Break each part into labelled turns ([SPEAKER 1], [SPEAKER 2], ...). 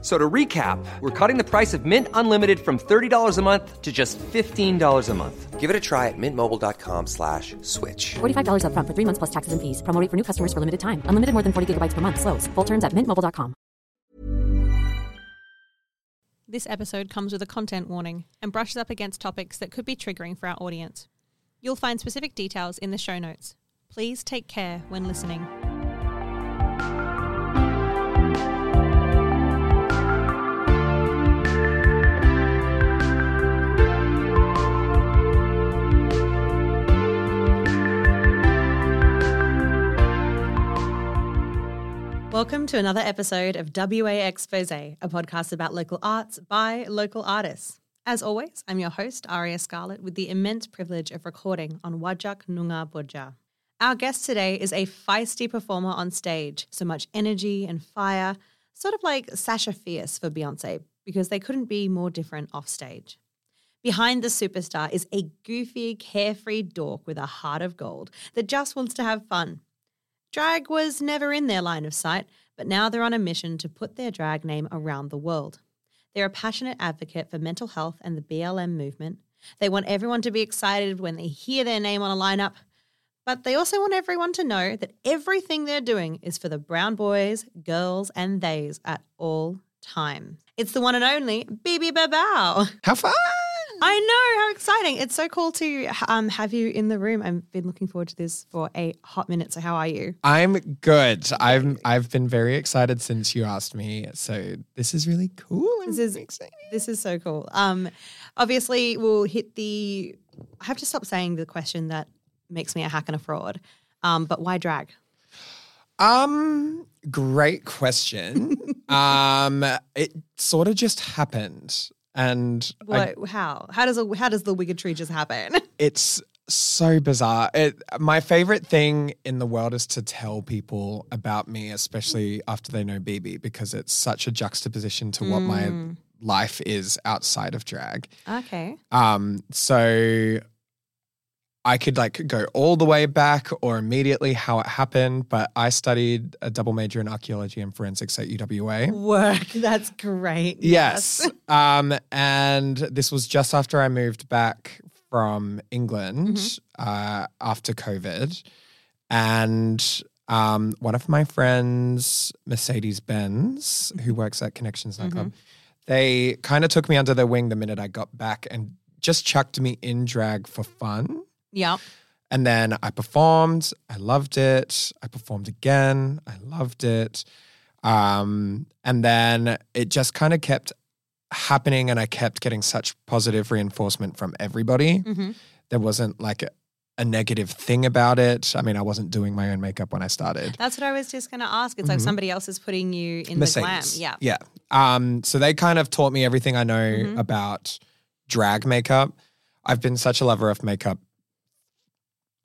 [SPEAKER 1] So to recap, we're cutting the price of Mint Unlimited from $30 a month to just $15 a month. Give it a try at mintmobile.com slash switch.
[SPEAKER 2] $45 upfront for three months plus taxes and fees. Promo rate for new customers for limited time. Unlimited more than 40 gigabytes per month. Slows. Full terms at mintmobile.com.
[SPEAKER 3] This episode comes with a content warning and brushes up against topics that could be triggering for our audience. You'll find specific details in the show notes. Please take care when listening. Welcome to another episode of WA Expose, a podcast about local arts by local artists. As always, I'm your host, Aria Scarlett, with the immense privilege of recording on Wajak Noongar Budja. Our guest today is a feisty performer on stage, so much energy and fire, sort of like Sasha Fierce for Beyonce, because they couldn't be more different off stage. Behind the superstar is a goofy, carefree dork with a heart of gold that just wants to have fun. Drag was never in their line of sight, but now they're on a mission to put their drag name around the world. They're a passionate advocate for mental health and the BLM movement. They want everyone to be excited when they hear their name on a lineup, but they also want everyone to know that everything they're doing is for the brown boys, girls, and theys at all time. It's the one and only Bibi Babao.
[SPEAKER 4] How fun!
[SPEAKER 3] I know how exciting! It's so cool to um, have you in the room. I've been looking forward to this for a hot minute. So, how are you?
[SPEAKER 4] I'm good. I've I've been very excited since you asked me. So this is really cool. I'm
[SPEAKER 3] This is-
[SPEAKER 4] excited.
[SPEAKER 3] This is so cool. Um, obviously, we'll hit the. I have to stop saying the question that makes me a hack and a fraud. Um, but why drag?
[SPEAKER 4] Um, great question. um, it sort of just happened, and I-
[SPEAKER 3] What? how? How does a, how does the wicked tree just happen?
[SPEAKER 4] it's so bizarre. It, my favorite thing in the world is to tell people about me, especially after they know BB, because it's such a juxtaposition to what my
[SPEAKER 3] Mm.
[SPEAKER 4] life is outside of drag.
[SPEAKER 3] okay.
[SPEAKER 4] Um, so I could like go all the way back or immediately how it happened, but I studied a double major in archaeology and forensics at UWA.
[SPEAKER 3] Work. That's great.
[SPEAKER 4] Yes. um, and this was just after I moved back from England uh, after COVID. And um, one of my friends, Mercedes Benz, who works at Connections Nightclub, they kind of took me under their wing the minute I got back and just chucked me in drag for fun.
[SPEAKER 3] Yep.
[SPEAKER 4] And then I performed. I loved it. I performed again. I loved it. Um, and then it just kind of kept happening, and I kept getting such positive reinforcement from everybody.
[SPEAKER 3] Mhm.
[SPEAKER 4] There wasn't like a, a negative thing about it. I mean, I wasn't doing my own makeup when I started.
[SPEAKER 3] That's what I was just going to ask. It's like somebody else is putting you in the glam. Yeah. Mm-hmm.
[SPEAKER 4] Mm-hmm. Yeah. Um, so they kind of taught me everything I know about drag makeup. I've been such a lover of makeup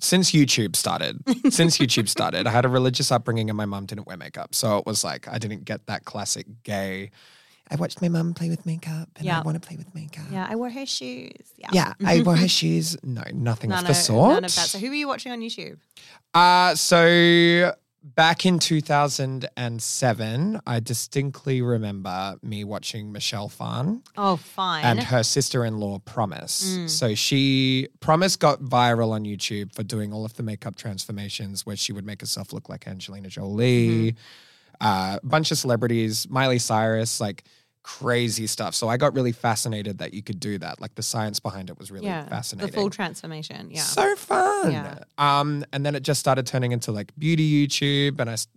[SPEAKER 4] since YouTube started. since YouTube started, I had a religious upbringing and my mom didn't wear makeup. So it was like I didn't get that classic gay. I watched my mom play with makeup and
[SPEAKER 3] Yeah.
[SPEAKER 4] I want to play with makeup.
[SPEAKER 3] Yeah. I wore her shoes. Yeah.
[SPEAKER 4] Yeah, I wore her shoes. No, nothing
[SPEAKER 3] None
[SPEAKER 4] of
[SPEAKER 3] of,
[SPEAKER 4] the sort.
[SPEAKER 3] none of that. So, who were you watching on YouTube?
[SPEAKER 4] Uh, so back in 2007, I distinctly remember me watching Michelle Phan
[SPEAKER 3] Oh, fine. Mm.
[SPEAKER 4] and her sister in law, Promise. So she, Promise got viral on YouTube for doing all of the makeup transformations where she would make herself look like Angelina
[SPEAKER 3] Mm-hmm.
[SPEAKER 4] Jolie, uh, a bunch of celebrities, Miley Cyrus, like crazy stuff. So I got really fascinated that you could do that. Like the science behind it was really
[SPEAKER 3] yeah.
[SPEAKER 4] fascinating.
[SPEAKER 3] The full transformation. Yeah.
[SPEAKER 4] So fun.
[SPEAKER 3] Yeah.
[SPEAKER 4] Um, and then it just started turning into like beauty YouTube, and I s-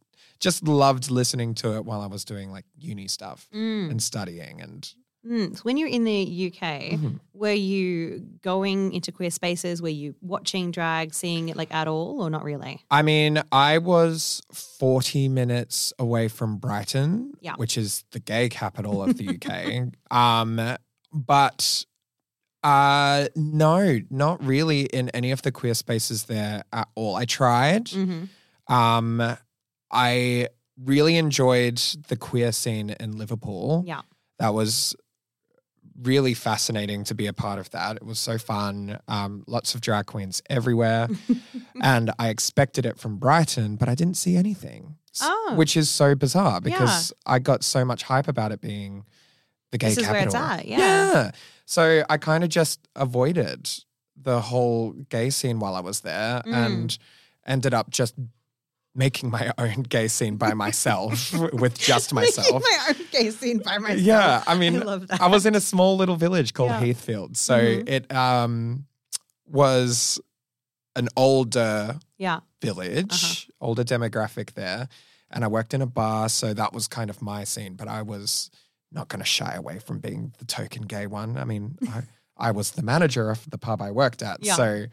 [SPEAKER 4] just loved listening to it while I was doing like uni stuff
[SPEAKER 3] Mm.
[SPEAKER 4] and studying. And
[SPEAKER 3] Mm, so when you were in the UK,
[SPEAKER 4] Mhm.
[SPEAKER 3] were you going into queer spaces? Were you watching drag, seeing it like at all, or not really?
[SPEAKER 4] I mean, I was 40 minutes away from Brighton,
[SPEAKER 3] Yeah.
[SPEAKER 4] which is the gay capital of the UK. Um, but uh, no, not really in any of the queer spaces there at all. I tried.
[SPEAKER 3] Mm-hmm.
[SPEAKER 4] Um, I really enjoyed the queer scene in Liverpool.
[SPEAKER 3] Yeah.
[SPEAKER 4] That was really fascinating to be a part of that. It was so fun. Um, lots of drag queens everywhere. and I expected it from Brighton, but I didn't see anything. S-
[SPEAKER 3] Oh.
[SPEAKER 4] Which is so bizarre because I got so much hype about it being the gay
[SPEAKER 3] This is where it's
[SPEAKER 4] capital.
[SPEAKER 3] at, yeah.
[SPEAKER 4] yeah. So I kind of just avoided the whole gay scene while I was there
[SPEAKER 3] Mm.
[SPEAKER 4] and ended up just making my own gay scene by myself with just myself.
[SPEAKER 3] Making my own gay scene by myself.
[SPEAKER 4] Yeah, I mean,
[SPEAKER 3] I love that.
[SPEAKER 4] I was in a small little village called
[SPEAKER 3] Yeah.
[SPEAKER 4] Heathfield. So
[SPEAKER 3] Mhm.
[SPEAKER 4] it um, was an older
[SPEAKER 3] Yeah.
[SPEAKER 4] village,
[SPEAKER 3] Uh-huh.
[SPEAKER 4] older demographic there. And I worked in a bar. So that was kind of my scene, but I was not going to shy away from being the token gay one. I mean, I, I was the manager of the pub I worked at.
[SPEAKER 3] Yeah.
[SPEAKER 4] So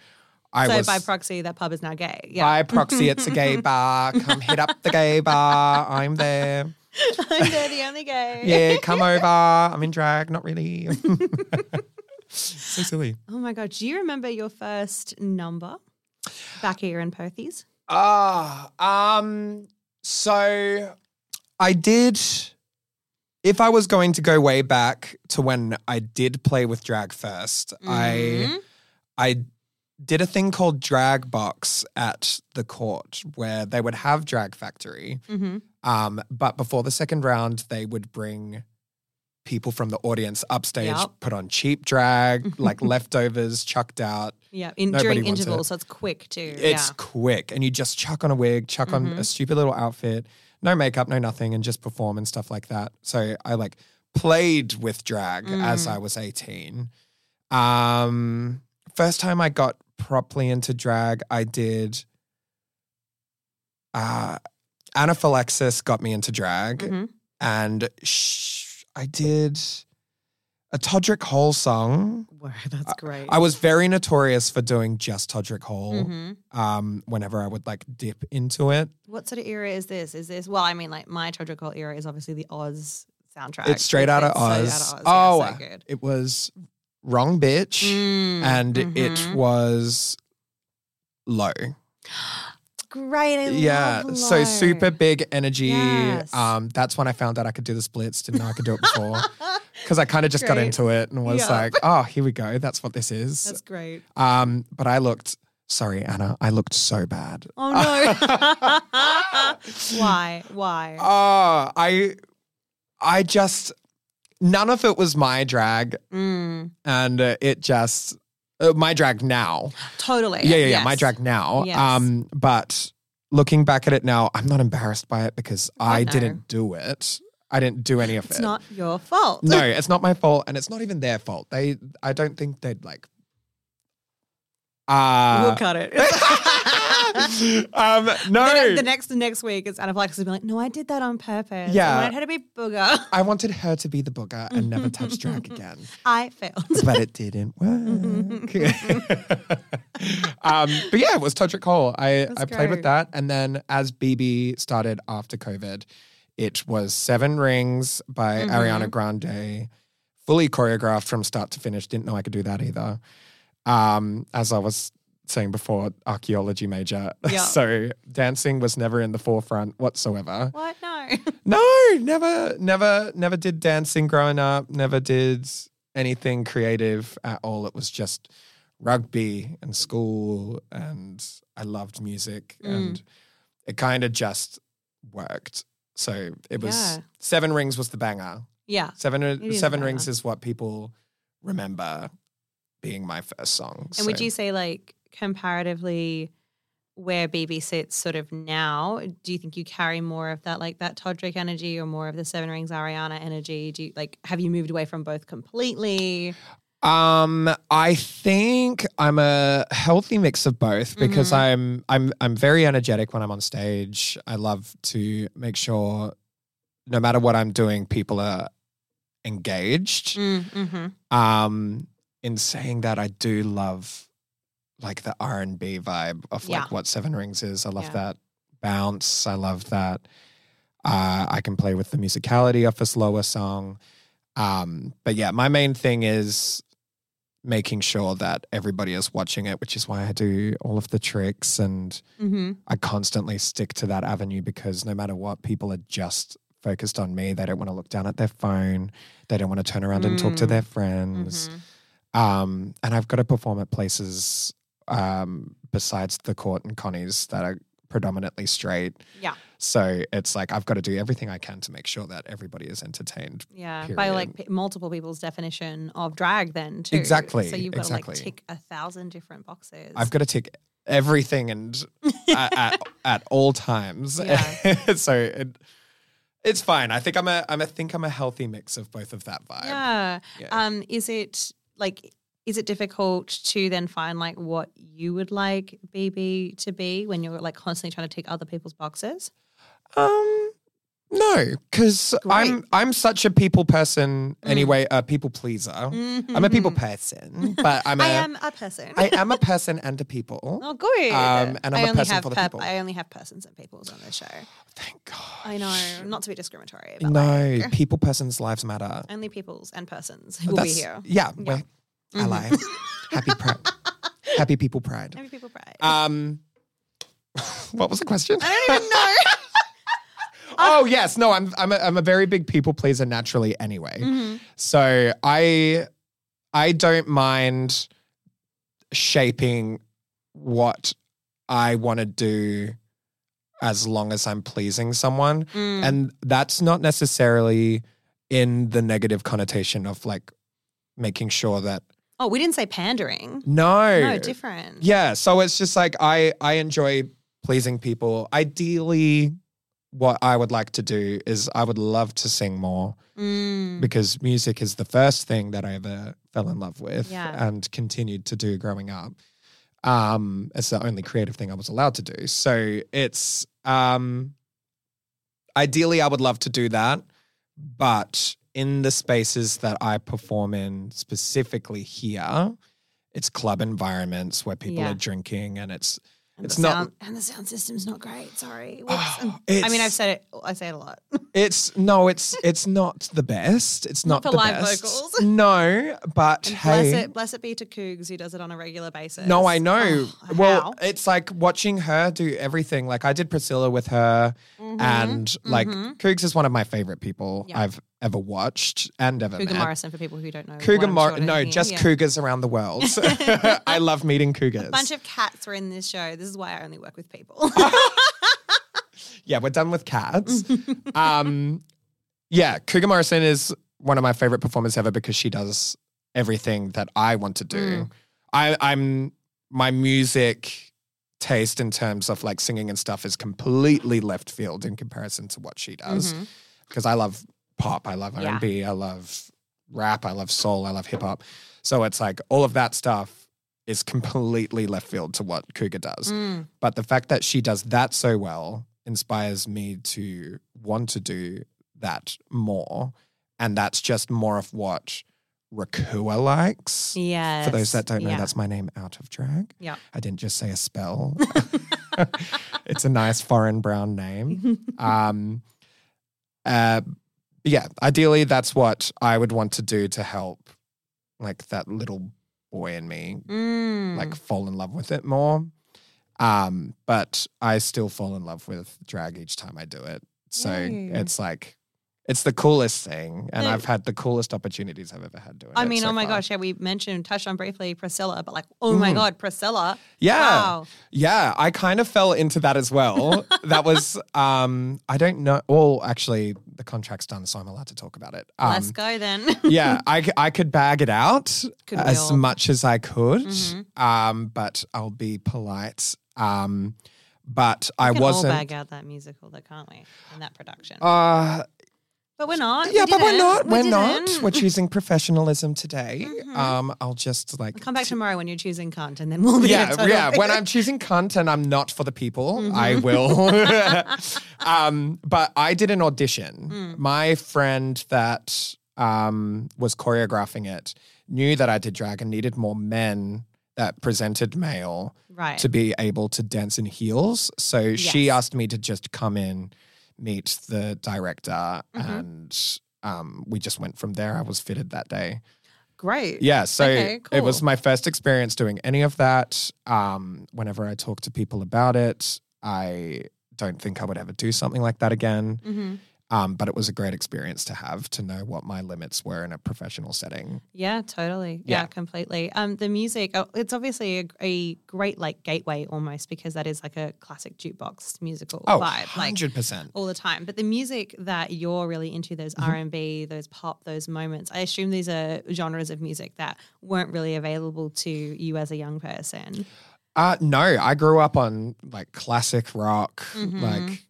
[SPEAKER 4] I
[SPEAKER 3] so
[SPEAKER 4] was.
[SPEAKER 3] by proxy, that pub is now gay. Yeah.
[SPEAKER 4] By proxy, it's a gay bar. Come hit up the gay bar. I'm there.
[SPEAKER 3] I'm there, the only gay.
[SPEAKER 4] Yeah, come over. I'm in drag. Not really. so silly.
[SPEAKER 3] Oh my God. Do you remember your first number back here in Perthes?
[SPEAKER 4] Ah, um. So I did. If I was going to go way back to when I did play with drag 1st I Mm-hmm.
[SPEAKER 3] Mhm.
[SPEAKER 4] I did a thing called Drag Box at the court where they would have Drag Factory.
[SPEAKER 3] Mm-hmm.
[SPEAKER 4] Um, but before the second round, they would bring people from the audience upstage,
[SPEAKER 3] Yep.
[SPEAKER 4] put on cheap drag, like leftovers chucked out.
[SPEAKER 3] Yeah. In,
[SPEAKER 4] Nobody
[SPEAKER 3] during
[SPEAKER 4] wants it.
[SPEAKER 3] intervals. So it's quick too.
[SPEAKER 4] It's quick, and you just chuck on a wig, chuck on a stupid little outfit, no makeup, no nothing, and just perform and stuff like that. So I like played with drag as I was eighteen. Um, first time I got properly into drag, I did. Uh, anaphylaxis got me into drag,
[SPEAKER 3] yeah. Mhm.
[SPEAKER 4] and sh- I did a Todrick Hall song.
[SPEAKER 3] Wow, that's great.
[SPEAKER 4] I was very notorious for doing just Todrick Hall
[SPEAKER 3] Mhm.
[SPEAKER 4] um, whenever I would like dip into it.
[SPEAKER 3] What sort of era is this? Is this, well, I mean, like my Todrick Hall era is obviously the Oz soundtrack.
[SPEAKER 4] it's straight out of
[SPEAKER 3] It's straight outta
[SPEAKER 4] Oz. Oh,
[SPEAKER 3] Yeah, so good.
[SPEAKER 4] it was Wrong Bitch
[SPEAKER 3] Mm,
[SPEAKER 4] and it
[SPEAKER 3] mhm.
[SPEAKER 4] was Low.
[SPEAKER 3] great. I
[SPEAKER 4] yeah.
[SPEAKER 3] love
[SPEAKER 4] So
[SPEAKER 3] Low.
[SPEAKER 4] super big energy.
[SPEAKER 3] Yes.
[SPEAKER 4] Um, that's when I found out I could do the splits. Didn't know I could do it before. Because I kind of just got
[SPEAKER 3] Great.
[SPEAKER 4] into it and was
[SPEAKER 3] Yeah.
[SPEAKER 4] like, oh, here we go. That's what this is.
[SPEAKER 3] That's great.
[SPEAKER 4] Um, but I looked, sorry, Anna, I looked so bad.
[SPEAKER 3] Oh no. Why? Why?
[SPEAKER 4] Oh, I, I just, none of it was my drag.
[SPEAKER 3] Mm,
[SPEAKER 4] And uh, it just, uh, my drag now.
[SPEAKER 3] totally.
[SPEAKER 4] Yeah, yeah, yeah, my
[SPEAKER 3] yes.
[SPEAKER 4] drag now.
[SPEAKER 3] Yes.
[SPEAKER 4] Um, but looking back at it now, I'm not embarrassed by it because I
[SPEAKER 3] Oh, no.
[SPEAKER 4] didn't do it. I didn't do any of
[SPEAKER 3] It's
[SPEAKER 4] it.
[SPEAKER 3] not your fault.
[SPEAKER 4] no, it's not my fault, and it's not even their fault. They, I don't think they'd like. Uh,
[SPEAKER 3] we'll cut it. the,
[SPEAKER 4] um, no.
[SPEAKER 3] ne- the next the next week, it's anaphylaxis. will be like, no, I did that on purpose.
[SPEAKER 4] Yeah.
[SPEAKER 3] I wanted her to be booger.
[SPEAKER 4] I wanted her to be the booger and never touch drag
[SPEAKER 3] Mm-hmm.
[SPEAKER 4] again,
[SPEAKER 3] I failed.
[SPEAKER 4] but it didn't work. um, but yeah, it was Todrick Hall. I, I played
[SPEAKER 3] great.
[SPEAKER 4] with that, and then as BB started after COVID, it was Seven Rings by
[SPEAKER 3] Mm-hmm.
[SPEAKER 4] Ariana Grande, fully choreographed from start to finish. Didn't know I could do that either. Um, as I was saying before, archaeology major,
[SPEAKER 3] Yeah.
[SPEAKER 4] so dancing was never in the forefront whatsoever.
[SPEAKER 3] What? No.
[SPEAKER 4] No, never, never, never did dancing growing up. Never did anything creative at all. It was just rugby and school, and I loved music,
[SPEAKER 3] Mm.
[SPEAKER 4] and it kind of just worked. So it was
[SPEAKER 3] Yeah.
[SPEAKER 4] Seven Rings was the banger.
[SPEAKER 3] Yeah.
[SPEAKER 4] Seven
[SPEAKER 3] is a
[SPEAKER 4] Seven
[SPEAKER 3] banger.
[SPEAKER 4] Rings is what people remember being my first song.
[SPEAKER 3] And would you say like comparatively where BB sits sort of now, do you think you carry more of that like that Todrick energy or more of the Seven Rings Ariana energy? Do you like have you moved away from both completely?
[SPEAKER 4] Um, I think I'm a healthy mix of both because
[SPEAKER 3] Mhm.
[SPEAKER 4] I'm I'm I'm very energetic when I'm on stage. I love to make sure no matter what I'm doing, people are engaged.
[SPEAKER 3] mm-hmm.
[SPEAKER 4] Um, in saying that, I do love like the R and B vibe of like
[SPEAKER 3] Yeah.
[SPEAKER 4] what Seven Rings is. I love
[SPEAKER 3] Yeah.
[SPEAKER 4] that bounce. I love that. Uh, I can play with the musicality of a slower song. Um, but yeah, my main thing is making sure that everybody is watching it, which is why I do all of the tricks and
[SPEAKER 3] mm-hmm.
[SPEAKER 4] I constantly stick to that avenue because no matter what, people are just focused on me. They don't want to look down at their phone. They don't want to turn around and talk to their friends. Um, and I've got to perform at places um, besides the court and Connie's that are predominantly straight.
[SPEAKER 3] Yeah.
[SPEAKER 4] So it's like I've got to do everything I can to make sure that everybody is entertained.
[SPEAKER 3] Yeah, by like p- multiple people's definition of drag, then too.
[SPEAKER 4] Exactly,
[SPEAKER 3] So you've got
[SPEAKER 4] exactly.
[SPEAKER 3] to like tick a thousand different boxes.
[SPEAKER 4] I've got to tick everything and at, at, at all times.
[SPEAKER 3] Yeah.
[SPEAKER 4] so it, it's fine. I think I'm a I'm a think I'm a healthy mix of both of that vibe.
[SPEAKER 3] yeah.
[SPEAKER 4] Yeah.
[SPEAKER 3] Um, is it like is it difficult to then find like what you would like BB to be when you're like constantly trying to tick other people's boxes?
[SPEAKER 4] Um, no, because I'm I'm such a people person
[SPEAKER 3] Mm.
[SPEAKER 4] anyway, a people pleaser. I'm a people person, but
[SPEAKER 3] Mm-hmm.
[SPEAKER 4] I'm a
[SPEAKER 3] I am a person.
[SPEAKER 4] I am a person and a people.
[SPEAKER 3] oh, good.
[SPEAKER 4] Um, and I'm
[SPEAKER 3] I
[SPEAKER 4] a
[SPEAKER 3] only
[SPEAKER 4] person
[SPEAKER 3] have
[SPEAKER 4] for the people.
[SPEAKER 3] I only have persons and peoples on this show.
[SPEAKER 4] Thank God.
[SPEAKER 3] I know, not to be discriminatory, but like,
[SPEAKER 4] No, people persons lives matter.
[SPEAKER 3] only peoples and persons will be
[SPEAKER 4] Oh, That's-
[SPEAKER 3] here. Mm-hmm.
[SPEAKER 4] Yeah, we're ally. Happy pride. Happy people pride.
[SPEAKER 3] Only people pride.
[SPEAKER 4] Um, what was the question?
[SPEAKER 3] I don't even know.
[SPEAKER 4] oh yes, no, I'm I'm a, I'm a very big people pleaser naturally anyway.
[SPEAKER 3] Mm-hmm.
[SPEAKER 4] So I I don't mind shaping what I want to do as long as I'm pleasing someone,
[SPEAKER 3] Mm.
[SPEAKER 4] and that's not necessarily in the negative connotation of like making sure that
[SPEAKER 3] oh, we didn't say pandering.
[SPEAKER 4] no,
[SPEAKER 3] No, different.
[SPEAKER 4] yeah, so it's just like I I enjoy pleasing people. Ideally, what I would like to do is I would love to sing more
[SPEAKER 3] Mm.
[SPEAKER 4] because music is the first thing that I ever fell in love with
[SPEAKER 3] Yeah.
[SPEAKER 4] and continued to do growing up. Um, it's the only creative thing I was allowed to do. So it's um ideally I would love to do that, but in the spaces that I perform in specifically here, it's club environments where people
[SPEAKER 3] Yeah.
[SPEAKER 4] are drinking and it's
[SPEAKER 3] And
[SPEAKER 4] it's
[SPEAKER 3] the
[SPEAKER 4] not
[SPEAKER 3] sound, and the sound system's not great. Sorry. Whoops.
[SPEAKER 4] Oh,
[SPEAKER 3] I mean,
[SPEAKER 4] it's-
[SPEAKER 3] I've said it. I say it a lot.
[SPEAKER 4] It's no, it's it's not the best. It's not,
[SPEAKER 3] for
[SPEAKER 4] the
[SPEAKER 3] live
[SPEAKER 4] best.
[SPEAKER 3] vocals.
[SPEAKER 4] No, but
[SPEAKER 3] And
[SPEAKER 4] hey,
[SPEAKER 3] bless it, bless it be to Coogs who does it on a regular basis.
[SPEAKER 4] no, I know.
[SPEAKER 3] Oh,
[SPEAKER 4] well,
[SPEAKER 3] how?
[SPEAKER 4] it's like watching her do everything. Like I did Priscilla with her, and like Coogs is one of my favorite people
[SPEAKER 3] Mm-hmm. Yeah.
[SPEAKER 4] I've ever watched and ever
[SPEAKER 3] Cougar
[SPEAKER 4] met.
[SPEAKER 3] Morrison for people who don't know.
[SPEAKER 4] Cougar
[SPEAKER 3] what I'm
[SPEAKER 4] Mor-
[SPEAKER 3] short of
[SPEAKER 4] no,
[SPEAKER 3] here.
[SPEAKER 4] just
[SPEAKER 3] Yeah.
[SPEAKER 4] cougars around the world. I love meeting cougars.
[SPEAKER 3] A bunch of cats were in this show. This is why I only work with people.
[SPEAKER 4] yeah, we're done with cats. um, yeah, Cougar Morrison is one of my favorite performers ever because she does everything that I want to do. I, I'm my music taste in terms of like singing and stuff is completely left field in comparison to what she does because I love pop, I love
[SPEAKER 3] Yeah.
[SPEAKER 4] R&B, I love rap, I love soul, I love hip hop. So it's like all of that stuff is completely left field to what Cougar does.
[SPEAKER 3] Mm,
[SPEAKER 4] But the fact that she does that so well inspires me to want to do that more. And that's just more of what Rakua likes.
[SPEAKER 3] yes.
[SPEAKER 4] For those that don't know,
[SPEAKER 3] Yeah.
[SPEAKER 4] that's my name out of drag.
[SPEAKER 3] Yeah.
[SPEAKER 4] I didn't just say a spell. it's a nice foreign brown name. Um, uh, yeah, ideally, that's what I would want to do to help, like that little boy in me,
[SPEAKER 3] Mm.
[SPEAKER 4] like fall in love with it more. Um, but I still fall in love with drag each time I do it. So
[SPEAKER 3] Yay.
[SPEAKER 4] it's like, it's the coolest thing, and
[SPEAKER 3] No.
[SPEAKER 4] I've had the coolest opportunities I've ever had doing it.
[SPEAKER 3] I mean,
[SPEAKER 4] so
[SPEAKER 3] oh my
[SPEAKER 4] far.
[SPEAKER 3] gosh, yeah, we mentioned, touched on briefly Priscilla, but like, oh my
[SPEAKER 4] Mhm.
[SPEAKER 3] God, Priscilla.
[SPEAKER 4] Yeah.
[SPEAKER 3] Wow.
[SPEAKER 4] Yeah, I kind of fell into that as well. that was um I don't know well actually the contract's done so I'm allowed to talk about it. Um
[SPEAKER 3] Let's go then.
[SPEAKER 4] yeah, I, c- I could bag it out
[SPEAKER 3] Could we
[SPEAKER 4] as
[SPEAKER 3] all?
[SPEAKER 4] much as I could.
[SPEAKER 3] Mhm.
[SPEAKER 4] Um but I'll be polite. Um but I
[SPEAKER 3] We can all
[SPEAKER 4] wasn't
[SPEAKER 3] bag out that musical, though, can't we? And that production.
[SPEAKER 4] uh
[SPEAKER 3] but we're not.
[SPEAKER 4] yeah,
[SPEAKER 3] We
[SPEAKER 4] but we're
[SPEAKER 3] didn't.
[SPEAKER 4] not.
[SPEAKER 3] We
[SPEAKER 4] We're not.
[SPEAKER 3] didn't.
[SPEAKER 4] We're choosing professionalism today. Um I'll just like
[SPEAKER 3] Come back tomorrow when you're choosing cunt, and then we'll be.
[SPEAKER 4] yeah,
[SPEAKER 3] a total
[SPEAKER 4] yeah. When
[SPEAKER 3] bit.
[SPEAKER 4] I'm choosing cunt and I'm not for the people,
[SPEAKER 3] Mm-hmm.
[SPEAKER 4] I will. um, but I did an audition.
[SPEAKER 3] Mm.
[SPEAKER 4] My friend that um, was choreographing it knew that I did drag and needed more men that presented male
[SPEAKER 3] right.
[SPEAKER 4] to be able to dance in heels. So she
[SPEAKER 3] Yes.
[SPEAKER 4] asked me to just come in, meet
[SPEAKER 3] Mm-hmm.
[SPEAKER 4] the director, and um, we just went from there. I was fitted that day.
[SPEAKER 3] great.
[SPEAKER 4] Yeah, so
[SPEAKER 3] Okay,
[SPEAKER 4] it was
[SPEAKER 3] cool.
[SPEAKER 4] my first experience doing any of that. Um, whenever I talk to people about it, I don't think I would ever do something like that again.
[SPEAKER 3] Mhm.
[SPEAKER 4] Um, but it was a great experience to have to know what my limits were in a professional setting.
[SPEAKER 3] Yeah, totally. Yeah,
[SPEAKER 4] Yeah.
[SPEAKER 3] completely. Um, the music, oh, it's obviously a, a great like gateway almost because that is like a classic jukebox musical
[SPEAKER 4] Oh,
[SPEAKER 3] vibe, like
[SPEAKER 4] 100%.
[SPEAKER 3] all the time. But the music that you're really into, those
[SPEAKER 4] Mm-hmm.
[SPEAKER 3] R and B, those pop, those moments. I assume these are genres of music that weren't really available to you as a young person.
[SPEAKER 4] Uh, no, I grew up on like classic rock,
[SPEAKER 3] Mm-hmm.
[SPEAKER 4] like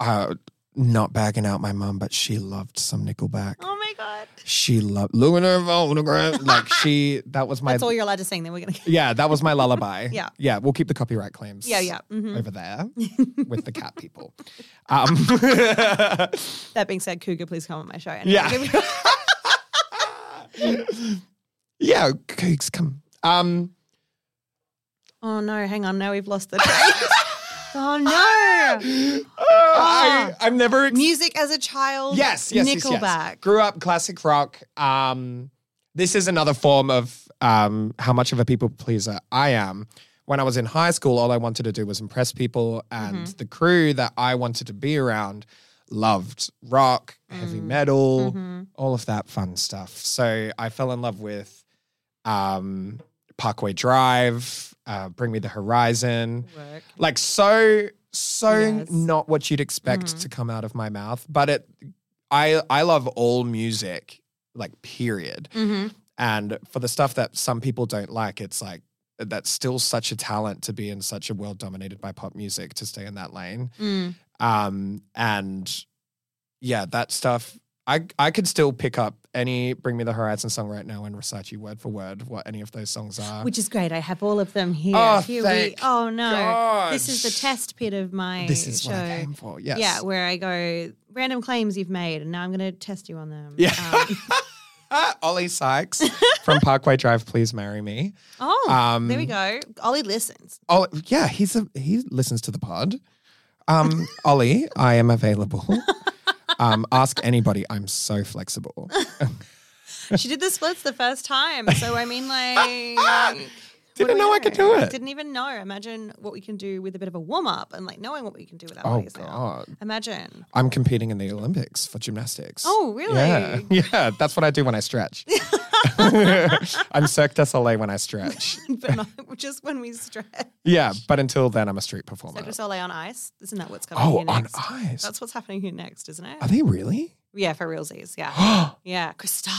[SPEAKER 4] uh, not bagging out my mum, but she loved some Nickelback.
[SPEAKER 3] Oh my god,
[SPEAKER 4] She loved Lunar Phonograph. like she, that was my
[SPEAKER 3] that's all you're allowed to sing. Then we're gonna.
[SPEAKER 4] Yeah, that was my lullaby.
[SPEAKER 3] Yeah.
[SPEAKER 4] Yeah, we'll keep the copyright claims.
[SPEAKER 3] Yeah, yeah. mhm.
[SPEAKER 4] Over there with the cat people. Um,
[SPEAKER 3] That being said, Cougar, please come on my show. And
[SPEAKER 4] yeah. yeah, Coogs, come. Um,
[SPEAKER 3] oh no, hang on. Now we've lost the train. oh no.
[SPEAKER 4] Ah, I, I've never. Ex-
[SPEAKER 3] Ah. Music as a child.
[SPEAKER 4] yes, yes, yes, yes.
[SPEAKER 3] Nickelback.
[SPEAKER 4] Grew up classic rock. Um, this is another form of um, how much of a people pleaser I am. When I was in high school, all I wanted to do was impress people, and the crew that I wanted to be around loved rock, heavy metal, all of that fun stuff. So I fell in love with um, Parkway Drive, uh, Bring Me the Horizon,
[SPEAKER 3] Work.
[SPEAKER 4] like so so
[SPEAKER 3] Yes. Mm-hmm.
[SPEAKER 4] not what you'd expect to come out of my mouth but it i i love all music like period
[SPEAKER 3] Mhm.
[SPEAKER 4] and for the stuff that some people don't like it's like that's still such a talent to be in such a world dominated by pop music to stay in that lane
[SPEAKER 3] Mm.
[SPEAKER 4] um and yeah that stuff I, I could still pick up any Bring Me the Horizon song right now and recite you word for word what any of those songs are.
[SPEAKER 3] Which is great. I have all of them here.
[SPEAKER 4] Uh, Oh,
[SPEAKER 3] here
[SPEAKER 4] thank
[SPEAKER 3] we. Oh no. This is the
[SPEAKER 4] God.
[SPEAKER 3] test pit of my
[SPEAKER 4] this is
[SPEAKER 3] show.
[SPEAKER 4] what I came for. Yes.
[SPEAKER 3] Yeah, where I go random claims you've made, and now I'm going to test you on them.
[SPEAKER 4] Yeah.
[SPEAKER 3] Um,
[SPEAKER 4] Ah, Ollie Sykes from Parkway Drive, please marry me.
[SPEAKER 3] oh,
[SPEAKER 4] Um,
[SPEAKER 3] there we go. Ollie listens.
[SPEAKER 4] Oh yeah, he's a, he listens to the pod. Um, Ollie, I am available. Um, ask anybody. I'm so flexible.
[SPEAKER 3] She did the splits the first time, so I mean, like. what do
[SPEAKER 4] Didn't
[SPEAKER 3] we
[SPEAKER 4] know I could do it.
[SPEAKER 3] Didn't even know. Imagine what we can do with a bit of a warm up and like knowing what we can do with our
[SPEAKER 4] Oh
[SPEAKER 3] bodies now.
[SPEAKER 4] God,
[SPEAKER 3] Imagine.
[SPEAKER 4] I'm competing in the Olympics for gymnastics.
[SPEAKER 3] Oh, really?
[SPEAKER 4] Yeah, yeah. That's what I do when I stretch. I'm Cirque du Soleil when I stretch.
[SPEAKER 3] but not just when we stretch.
[SPEAKER 4] Yeah, but until then, I'm a street performer.
[SPEAKER 3] Cirque du Soleil on ice. Isn't that what's coming
[SPEAKER 4] oh,
[SPEAKER 3] here
[SPEAKER 4] on
[SPEAKER 3] next?
[SPEAKER 4] ice.
[SPEAKER 3] That's what's happening here next, isn't it?
[SPEAKER 4] Are they really?
[SPEAKER 3] yeah, for realsies. Yeah. yeah. Cristal.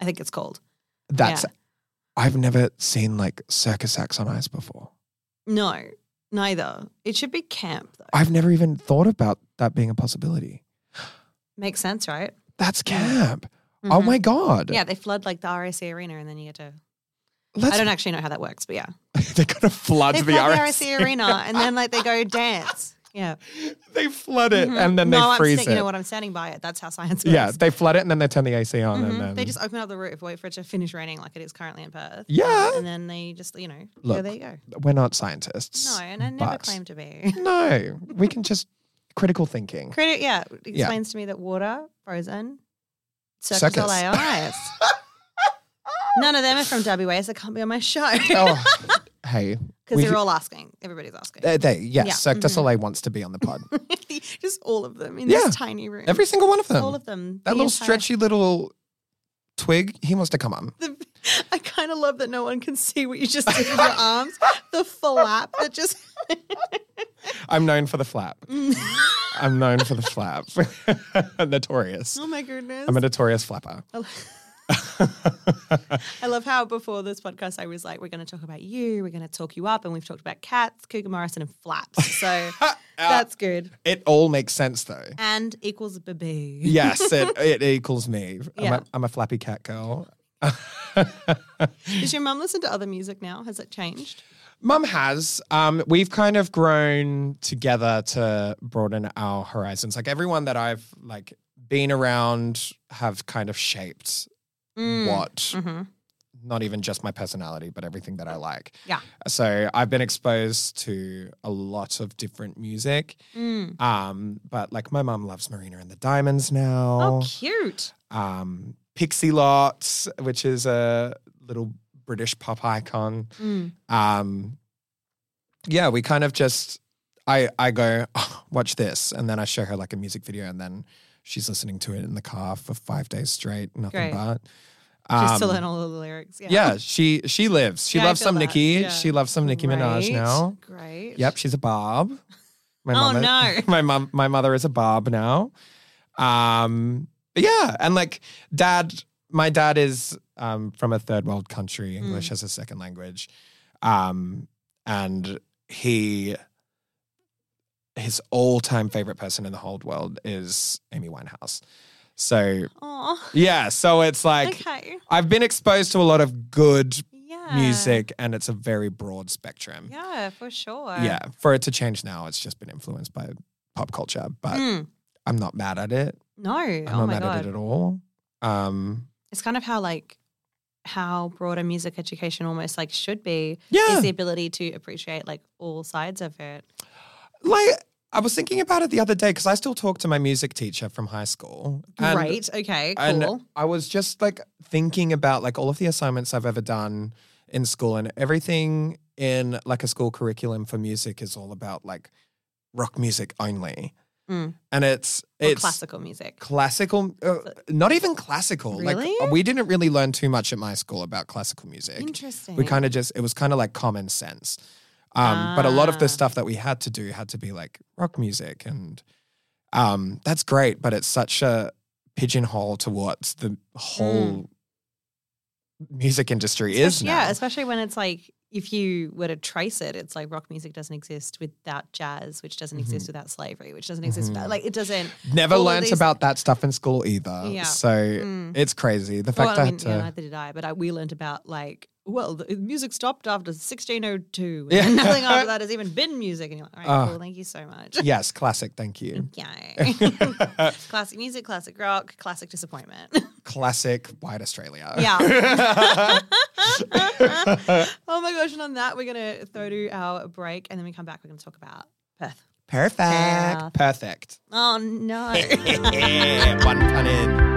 [SPEAKER 3] I think it's called.
[SPEAKER 4] That's
[SPEAKER 3] Yeah.
[SPEAKER 4] I've never seen like circus acts on ice before.
[SPEAKER 3] No, neither. It should be camp, though.
[SPEAKER 4] I've never even thought about that being a possibility.
[SPEAKER 3] Makes sense, right?
[SPEAKER 4] That's camp. Oh my god.
[SPEAKER 3] Mm-hmm. Yeah, they flood like the RSC arena and then you get to.
[SPEAKER 4] Let's,
[SPEAKER 3] I don't actually know how that works, but yeah.
[SPEAKER 4] They're gonna flood
[SPEAKER 3] They
[SPEAKER 4] the
[SPEAKER 3] flood the
[SPEAKER 4] RSC.
[SPEAKER 3] RSC arena and then like they go dance. Yeah. Hmm.
[SPEAKER 4] They flood it and then
[SPEAKER 3] Mm-hmm. no,
[SPEAKER 4] they
[SPEAKER 3] I'm
[SPEAKER 4] freeze
[SPEAKER 3] sta-
[SPEAKER 4] it.
[SPEAKER 3] You know what? I'm standing by it. That's how science works.
[SPEAKER 4] yeah, they flood it and then they turn the AC on and
[SPEAKER 3] Mhm.
[SPEAKER 4] then
[SPEAKER 3] They just open up the roof, wait for it to finish raining like it is currently in Perth. Um,
[SPEAKER 4] Yeah.
[SPEAKER 3] And then they just, you know, go,
[SPEAKER 4] Look.
[SPEAKER 3] there you go.
[SPEAKER 4] we're not scientists.
[SPEAKER 3] No, and I never
[SPEAKER 4] but-
[SPEAKER 3] claim to be.
[SPEAKER 4] No, we can just critical thinking.
[SPEAKER 3] Credit, yeah, it explains to me that water, frozen, Cirque
[SPEAKER 4] Circus.
[SPEAKER 3] du Soleil on ice. None of them are from WA, so they can't be on my show because
[SPEAKER 4] oh, hey, we
[SPEAKER 3] they're
[SPEAKER 4] can-
[SPEAKER 3] all asking. Everybody's asking.
[SPEAKER 4] they, they yes,
[SPEAKER 3] Yeah, Mm-hmm.
[SPEAKER 4] Cirque du Soleil wants to be on the pod.
[SPEAKER 3] Just all of them in
[SPEAKER 4] Yeah.
[SPEAKER 3] this tiny room.
[SPEAKER 4] Every single one of them.
[SPEAKER 3] all of them.
[SPEAKER 4] That
[SPEAKER 3] The
[SPEAKER 4] little
[SPEAKER 3] entire-
[SPEAKER 4] stretchy little twig, he wants to come on.
[SPEAKER 3] The, I kind of love that no one can see what you just did with your arms. The flap that just.
[SPEAKER 4] I'm known for the flap. I'm known for the flap. notorious.
[SPEAKER 3] oh my goodness.
[SPEAKER 4] I'm a notorious flapper.
[SPEAKER 3] I love how before this podcast I was like, we're going to talk about you, we're going to talk you up, and we've talked about cats, Cougar Morrison, and flaps. So that's good.
[SPEAKER 4] It all makes sense though.
[SPEAKER 3] And equals baby.
[SPEAKER 4] Yes, it, it equals me. I'm,
[SPEAKER 3] Yeah.
[SPEAKER 4] a, I'm a flappy cat girl.
[SPEAKER 3] Does your mum listen to other music now? Has it changed?
[SPEAKER 4] Mum has. Um, we've kind of grown together to broaden our horizons. Like everyone that I've like been around have kind of shaped
[SPEAKER 3] Mm.
[SPEAKER 4] what
[SPEAKER 3] Mm-hmm.
[SPEAKER 4] not even just my personality, but everything that I like.
[SPEAKER 3] Yeah.
[SPEAKER 4] So I've been exposed to a lot of different music.
[SPEAKER 3] Mm.
[SPEAKER 4] Um, but like my mom loves Marina and the Diamonds now.
[SPEAKER 3] Oh, cute.
[SPEAKER 4] Um, Pixie Lots, which is a little British pop icon.
[SPEAKER 3] Mm.
[SPEAKER 4] Um, yeah, we kind of just I I go "Oh, watch this, and then I show her like a music video, and then she's listening to it in the car for five days straight, nothing
[SPEAKER 3] Great.
[SPEAKER 4] but.
[SPEAKER 3] Just to
[SPEAKER 4] Um,
[SPEAKER 3] learn all of the lyrics. Yeah.
[SPEAKER 4] yeah, she she lives. She
[SPEAKER 3] Yeah, I
[SPEAKER 4] loves
[SPEAKER 3] feel
[SPEAKER 4] some
[SPEAKER 3] that.
[SPEAKER 4] Nicki.
[SPEAKER 3] Yeah.
[SPEAKER 4] She loves some Nicki Minaj
[SPEAKER 3] Great,
[SPEAKER 4] now.
[SPEAKER 3] Great.
[SPEAKER 4] Yep, she's a Bob. My
[SPEAKER 3] Oh,
[SPEAKER 4] mother,
[SPEAKER 3] no.
[SPEAKER 4] my mom, my mother is a Bob now. Um, but yeah, and like dad, my dad is um from a third world
[SPEAKER 3] Hmm.
[SPEAKER 4] country, English as a second language, um, and he, his all time favorite person in the whole world is Amy Winehouse. So
[SPEAKER 3] Oh.
[SPEAKER 4] yeah, so it's like
[SPEAKER 3] okay.
[SPEAKER 4] I've been exposed to a lot of good
[SPEAKER 3] Yeah.
[SPEAKER 4] music, and it's a very broad spectrum.
[SPEAKER 3] Yeah, for sure.
[SPEAKER 4] Yeah, for it to change now, it's just been influenced by pop culture, but
[SPEAKER 3] Mm.
[SPEAKER 4] I'm not mad at it.
[SPEAKER 3] No.
[SPEAKER 4] I'm
[SPEAKER 3] oh my
[SPEAKER 4] not mad
[SPEAKER 3] god.
[SPEAKER 4] at it at all. Um,
[SPEAKER 3] It's kind of how like how broader music education almost like should be
[SPEAKER 4] yeah,
[SPEAKER 3] is the ability to appreciate like all sides of it.
[SPEAKER 4] like I was thinking about it the other day because I still talk to my music teacher from high school. and-
[SPEAKER 3] Great. Okay.
[SPEAKER 4] and
[SPEAKER 3] Cool.
[SPEAKER 4] I was just like thinking about like all of the assignments I've ever done in school and everything in like a school curriculum for music is all about like rock music only.
[SPEAKER 3] Mm.
[SPEAKER 4] And it's
[SPEAKER 3] Or
[SPEAKER 4] it's
[SPEAKER 3] classical music.
[SPEAKER 4] classical uh, not even classical.
[SPEAKER 3] Really?
[SPEAKER 4] Like uh, we didn't really learn too much at my school about classical music.
[SPEAKER 3] Interesting.
[SPEAKER 4] We kind of just it was kind of like common sense. Um, but a lot of
[SPEAKER 3] Ah.
[SPEAKER 4] the stuff that we had to do had to be like rock music and um, that's great, but it's such a pigeonhole towards the whole music industry is
[SPEAKER 3] Especially-
[SPEAKER 4] now.
[SPEAKER 3] Hmm. Yeah, especially when it's like if you were to trace it, it's like rock music doesn't exist without jazz, which doesn't
[SPEAKER 4] Mm-hmm.
[SPEAKER 3] exist without slavery, which doesn't exist without like it doesn't.
[SPEAKER 4] Never
[SPEAKER 3] all of
[SPEAKER 4] learnt
[SPEAKER 3] these-
[SPEAKER 4] about that stuff in school either.
[SPEAKER 3] Yeah.
[SPEAKER 4] So
[SPEAKER 3] Mm.
[SPEAKER 4] it's crazy. The fact uh,
[SPEAKER 3] Well,
[SPEAKER 4] I
[SPEAKER 3] I
[SPEAKER 4] had
[SPEAKER 3] mean,
[SPEAKER 4] to
[SPEAKER 3] yeah, neither did I, but I, we learned about like well, the music stopped after 1602, and
[SPEAKER 4] Yeah.
[SPEAKER 3] nothing after that has even been music. And you're like, all right,
[SPEAKER 4] Ah.
[SPEAKER 3] cool, thank you so much.
[SPEAKER 4] Yes, classic, thank you.
[SPEAKER 3] Yay. classic music, classic rock, classic disappointment.
[SPEAKER 4] classic white Australia.
[SPEAKER 3] Yeah. oh my gosh! And on that, we're gonna throw to our break, and then we come back. We're gonna talk about Perth.
[SPEAKER 4] Perfect.
[SPEAKER 3] Yeah.
[SPEAKER 4] Perfect.
[SPEAKER 3] Oh no.
[SPEAKER 4] One pun in.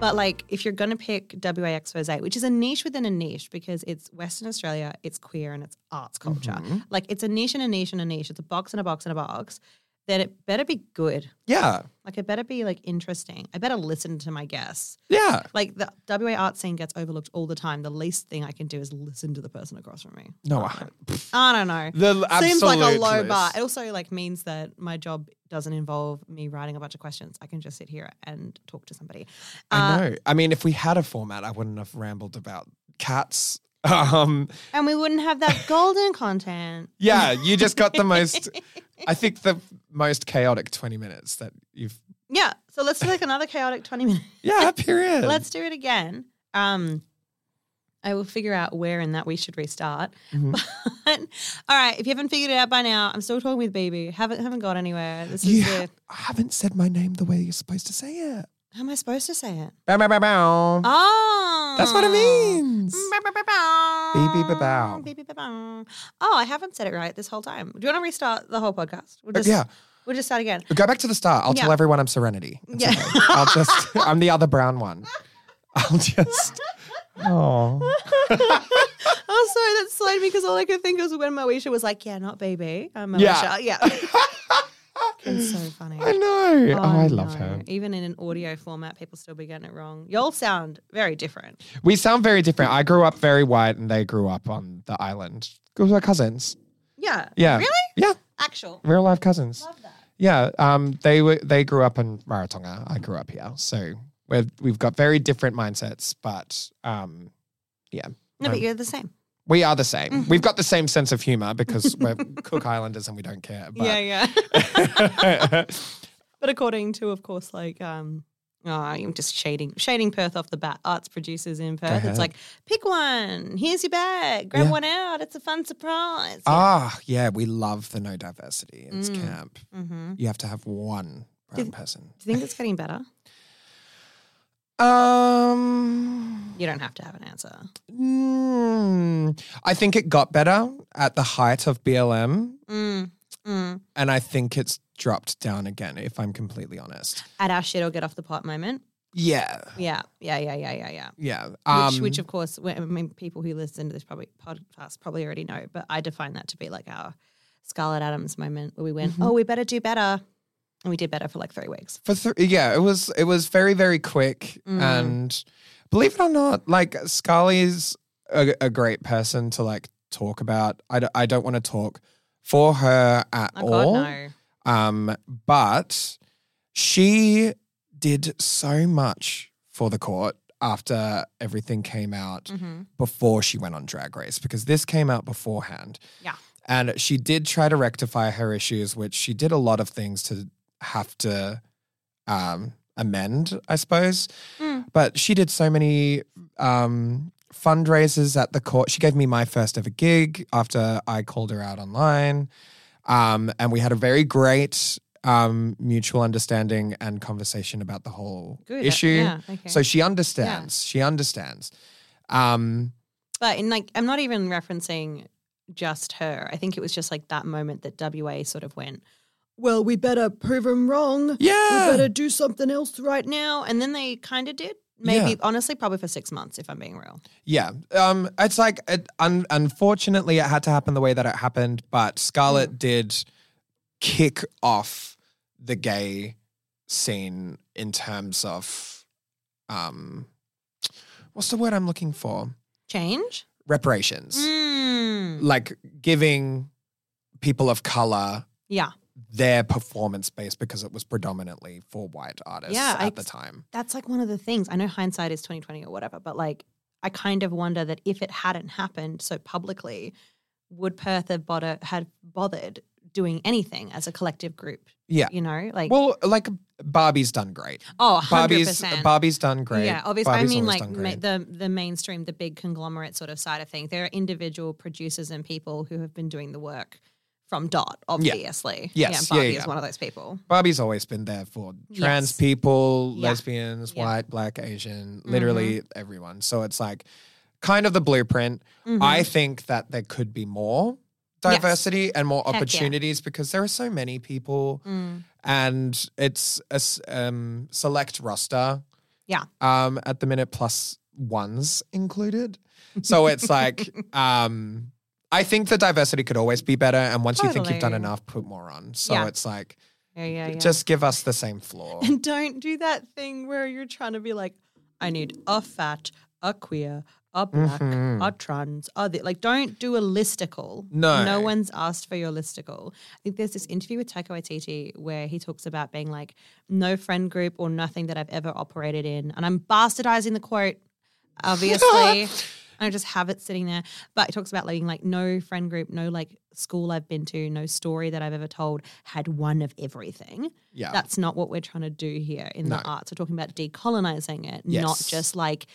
[SPEAKER 3] But like, if you're gonna pick WA Expose, which is a niche within a niche because it's Western Australia, it's queer and it's arts culture.
[SPEAKER 4] Mm-hmm.
[SPEAKER 3] Like, it's a niche and a niche and a niche. It's a box and a box and a box. Then it better be good.
[SPEAKER 4] Yeah.
[SPEAKER 3] Like, it better be like interesting. I better listen to my guests.
[SPEAKER 4] Yeah.
[SPEAKER 3] Like the WA art scene gets overlooked all the time. The least thing I can do is listen to the person across from me.
[SPEAKER 4] No, I,
[SPEAKER 3] I don't know.
[SPEAKER 4] the
[SPEAKER 3] Seems like a
[SPEAKER 4] absolute
[SPEAKER 3] low bar.
[SPEAKER 4] list.
[SPEAKER 3] It also like means that my job doesn't involve me writing a bunch of questions. I can just sit here and talk to somebody. Uh,
[SPEAKER 4] I know. I mean, if we had a format, I wouldn't have rambled about cats. Um,
[SPEAKER 3] and we wouldn't have that golden content.
[SPEAKER 4] yeah, you just got the most. I think the most chaotic twenty minutes that you've.
[SPEAKER 3] Yeah. So let's do like another chaotic 20 minutes.
[SPEAKER 4] Yeah, period.
[SPEAKER 3] Let's do it again. Um, I will figure out where in that we should restart.
[SPEAKER 4] Mm-hmm.
[SPEAKER 3] But all right, if you haven't figured it out by now, I'm still talking with BB. Haven't haven't got anywhere. This is
[SPEAKER 4] You
[SPEAKER 3] the,
[SPEAKER 4] I haven't said my name the way you're supposed to say it.
[SPEAKER 3] how am I supposed to say it?
[SPEAKER 4] Bow, bow, bow, bow.
[SPEAKER 3] Oh,
[SPEAKER 4] That's what it means.
[SPEAKER 3] BB
[SPEAKER 4] BB ba-bow.
[SPEAKER 3] Oh, I haven't said it right this whole time. Do you want to restart the whole podcast? We'll just,
[SPEAKER 4] Uh, yeah.
[SPEAKER 3] we'll just start again.
[SPEAKER 4] Go back to the start. I'll
[SPEAKER 3] Yeah.
[SPEAKER 4] tell everyone I'm Serenity. It's
[SPEAKER 3] Yeah.
[SPEAKER 4] okay. I'll just, I'm the other brown one. I'll just, oh.
[SPEAKER 3] Oh, sorry, that slowed me because all I could think was when Moesha was like, "Yeah, not BB, I'm Moesha."
[SPEAKER 4] Yeah.
[SPEAKER 3] Yeah, it's so funny.
[SPEAKER 4] I know. Oh, I love
[SPEAKER 3] no.
[SPEAKER 4] her.
[SPEAKER 3] Even in an audio format, people still be getting it wrong. Y'all sound very different.
[SPEAKER 4] We sound very different. I grew up very white and they grew up on the island. Because we're cousins.
[SPEAKER 3] Yeah.
[SPEAKER 4] Yeah.
[SPEAKER 3] Really?
[SPEAKER 4] Yeah.
[SPEAKER 3] Actual.
[SPEAKER 4] Real life cousins.
[SPEAKER 3] Love that.
[SPEAKER 4] Yeah. Um, they were they grew up in Rarotonga. I grew up here. So we're, we've got very different mindsets, but um, yeah.
[SPEAKER 3] No, but you're the same.
[SPEAKER 4] We are the same.
[SPEAKER 3] Mm-hmm.
[SPEAKER 4] We've got the same sense of humor because we're Cook Islanders and we don't care. But
[SPEAKER 3] Yeah, yeah. but according to, of course, like um, oh, I'm just shading shading Perth off the bat. Arts producers in Perth,
[SPEAKER 4] ahead.
[SPEAKER 3] it's like pick one. Here's your bag. Grab
[SPEAKER 4] Yeah.
[SPEAKER 3] one out. It's a fun surprise.
[SPEAKER 4] Ah, yeah, we love the no diversity.
[SPEAKER 3] Mm.
[SPEAKER 4] It's camp.
[SPEAKER 3] hmm
[SPEAKER 4] You have to have one brown person.
[SPEAKER 3] Do you think it's getting better?
[SPEAKER 4] Um,
[SPEAKER 3] You don't have to have an answer.
[SPEAKER 4] mm, I think it got better at the height of BLM,
[SPEAKER 3] Mm, mm.
[SPEAKER 4] and I think it's dropped down again. If I'm completely honest,
[SPEAKER 3] At our shit or get off the pot moment.
[SPEAKER 4] yeah,
[SPEAKER 3] Yeah, yeah, yeah, yeah, yeah, yeah.
[SPEAKER 4] yeah.
[SPEAKER 3] which, which of course, we- I mean, people who listen to this probably podcast probably already know, but I define that to be like our Scarlett Adams moment where we went,
[SPEAKER 4] Mm-hmm.
[SPEAKER 3] "Oh, we better do better," and we did better for like three weeks.
[SPEAKER 4] for th- yeah it was it was very very quick
[SPEAKER 3] Mm.
[SPEAKER 4] and believe it or not like scully's a, a great person to like talk about i, d- I don't want to talk for her at
[SPEAKER 3] Oh
[SPEAKER 4] all
[SPEAKER 3] God, no!
[SPEAKER 4] um but she did so much for the court after everything came out
[SPEAKER 3] Mm-hmm.
[SPEAKER 4] before she went on drag race because this came out beforehand
[SPEAKER 3] Yeah.
[SPEAKER 4] and she did try to rectify her issues, which she did a lot of things to have to um, amend, I suppose.
[SPEAKER 3] Mm.
[SPEAKER 4] But she did so many um, fundraisers at the court. She gave me my first ever gig after I called her out online. Um, and we had a very great um, mutual understanding and conversation about the whole
[SPEAKER 3] Good, uh,
[SPEAKER 4] issue.
[SPEAKER 3] yeah, okay.
[SPEAKER 4] So she understands. She understands. Um,
[SPEAKER 3] But in like, I'm not even referencing just her. I think it was just like that moment that WA sort of went, "Well, we better prove them wrong.
[SPEAKER 4] Yeah.
[SPEAKER 3] we better do something else right now." And then they kind of did. Maybe
[SPEAKER 4] Yeah.
[SPEAKER 3] honestly, probably for six months, if I'm being real.
[SPEAKER 4] Yeah, um, it's like it, un- unfortunately it had to happen the way that it happened, but Scarlett
[SPEAKER 3] Mm.
[SPEAKER 4] did kick off the gay scene in terms of um, what's the word I'm looking for?
[SPEAKER 3] Change.
[SPEAKER 4] Reparations,
[SPEAKER 3] Mm.
[SPEAKER 4] like giving people of color
[SPEAKER 3] Yeah.
[SPEAKER 4] their performance space because it was predominantly for white artists
[SPEAKER 3] Yeah,
[SPEAKER 4] at
[SPEAKER 3] I-
[SPEAKER 4] the time.
[SPEAKER 3] that's like one of the things. I know hindsight is twenty twenty or whatever, but like I kind of wonder that if it hadn't happened so publicly, would Perth have bothered had bothered doing anything as a collective group?
[SPEAKER 4] Yeah.
[SPEAKER 3] You know, like
[SPEAKER 4] Well, like Barbie's done great.
[SPEAKER 3] oh, 100%.
[SPEAKER 4] Barbie's Barbie's done great.
[SPEAKER 3] Yeah, obviously.
[SPEAKER 4] Barbie's
[SPEAKER 3] I mean,
[SPEAKER 4] always
[SPEAKER 3] like
[SPEAKER 4] done
[SPEAKER 3] ma-
[SPEAKER 4] great.
[SPEAKER 3] the the mainstream, the big conglomerate sort of side of things. There are individual producers and people who have been doing the work from dot, obviously.
[SPEAKER 4] Yes,
[SPEAKER 3] yeah,
[SPEAKER 4] yeah,
[SPEAKER 3] Barbie
[SPEAKER 4] yeah.
[SPEAKER 3] is one of those people.
[SPEAKER 4] Barbie's always been there for trans
[SPEAKER 3] Yes.
[SPEAKER 4] people,
[SPEAKER 3] Yeah.
[SPEAKER 4] lesbians,
[SPEAKER 3] Yeah. Mm-hmm.
[SPEAKER 4] white, black, Asian, literally everyone. So it's like kind of the blueprint.
[SPEAKER 3] Mhm.
[SPEAKER 4] I think that there could be more
[SPEAKER 3] Yes.
[SPEAKER 4] diversity and more
[SPEAKER 3] Heck yeah.
[SPEAKER 4] opportunities because there are so many people
[SPEAKER 3] Mm.
[SPEAKER 4] and it's a s- um, select roster.
[SPEAKER 3] Yeah.
[SPEAKER 4] Um, at the minute, plus ones included. So it's like, um, I think the diversity could always be better. And once you think you've done
[SPEAKER 3] Totally.
[SPEAKER 4] enough, put more on. So
[SPEAKER 3] Yeah.
[SPEAKER 4] it's like,
[SPEAKER 3] Yeah, yeah, yeah.
[SPEAKER 4] just give us the same floor.
[SPEAKER 3] And don't do that thing where you're trying to be like, I need a fat, a queer, a black, a trans, a thi-" like don't do a listicle.
[SPEAKER 4] No.
[SPEAKER 3] No one's asked for your listicle. I think there's this interview with Taika Waititi where he talks about being like, no friend group or nothing that I've ever operated in. And I'm bastardizing the quote, obviously. I just have it sitting there. But it talks about being like no friend group, no like school I've been to, no story that I've ever told had one of everything.
[SPEAKER 4] Yeah.
[SPEAKER 3] That's not what we're trying to do here in
[SPEAKER 4] No.
[SPEAKER 3] the arts. We're talking about decolonizing it, not
[SPEAKER 4] Yes.
[SPEAKER 3] just like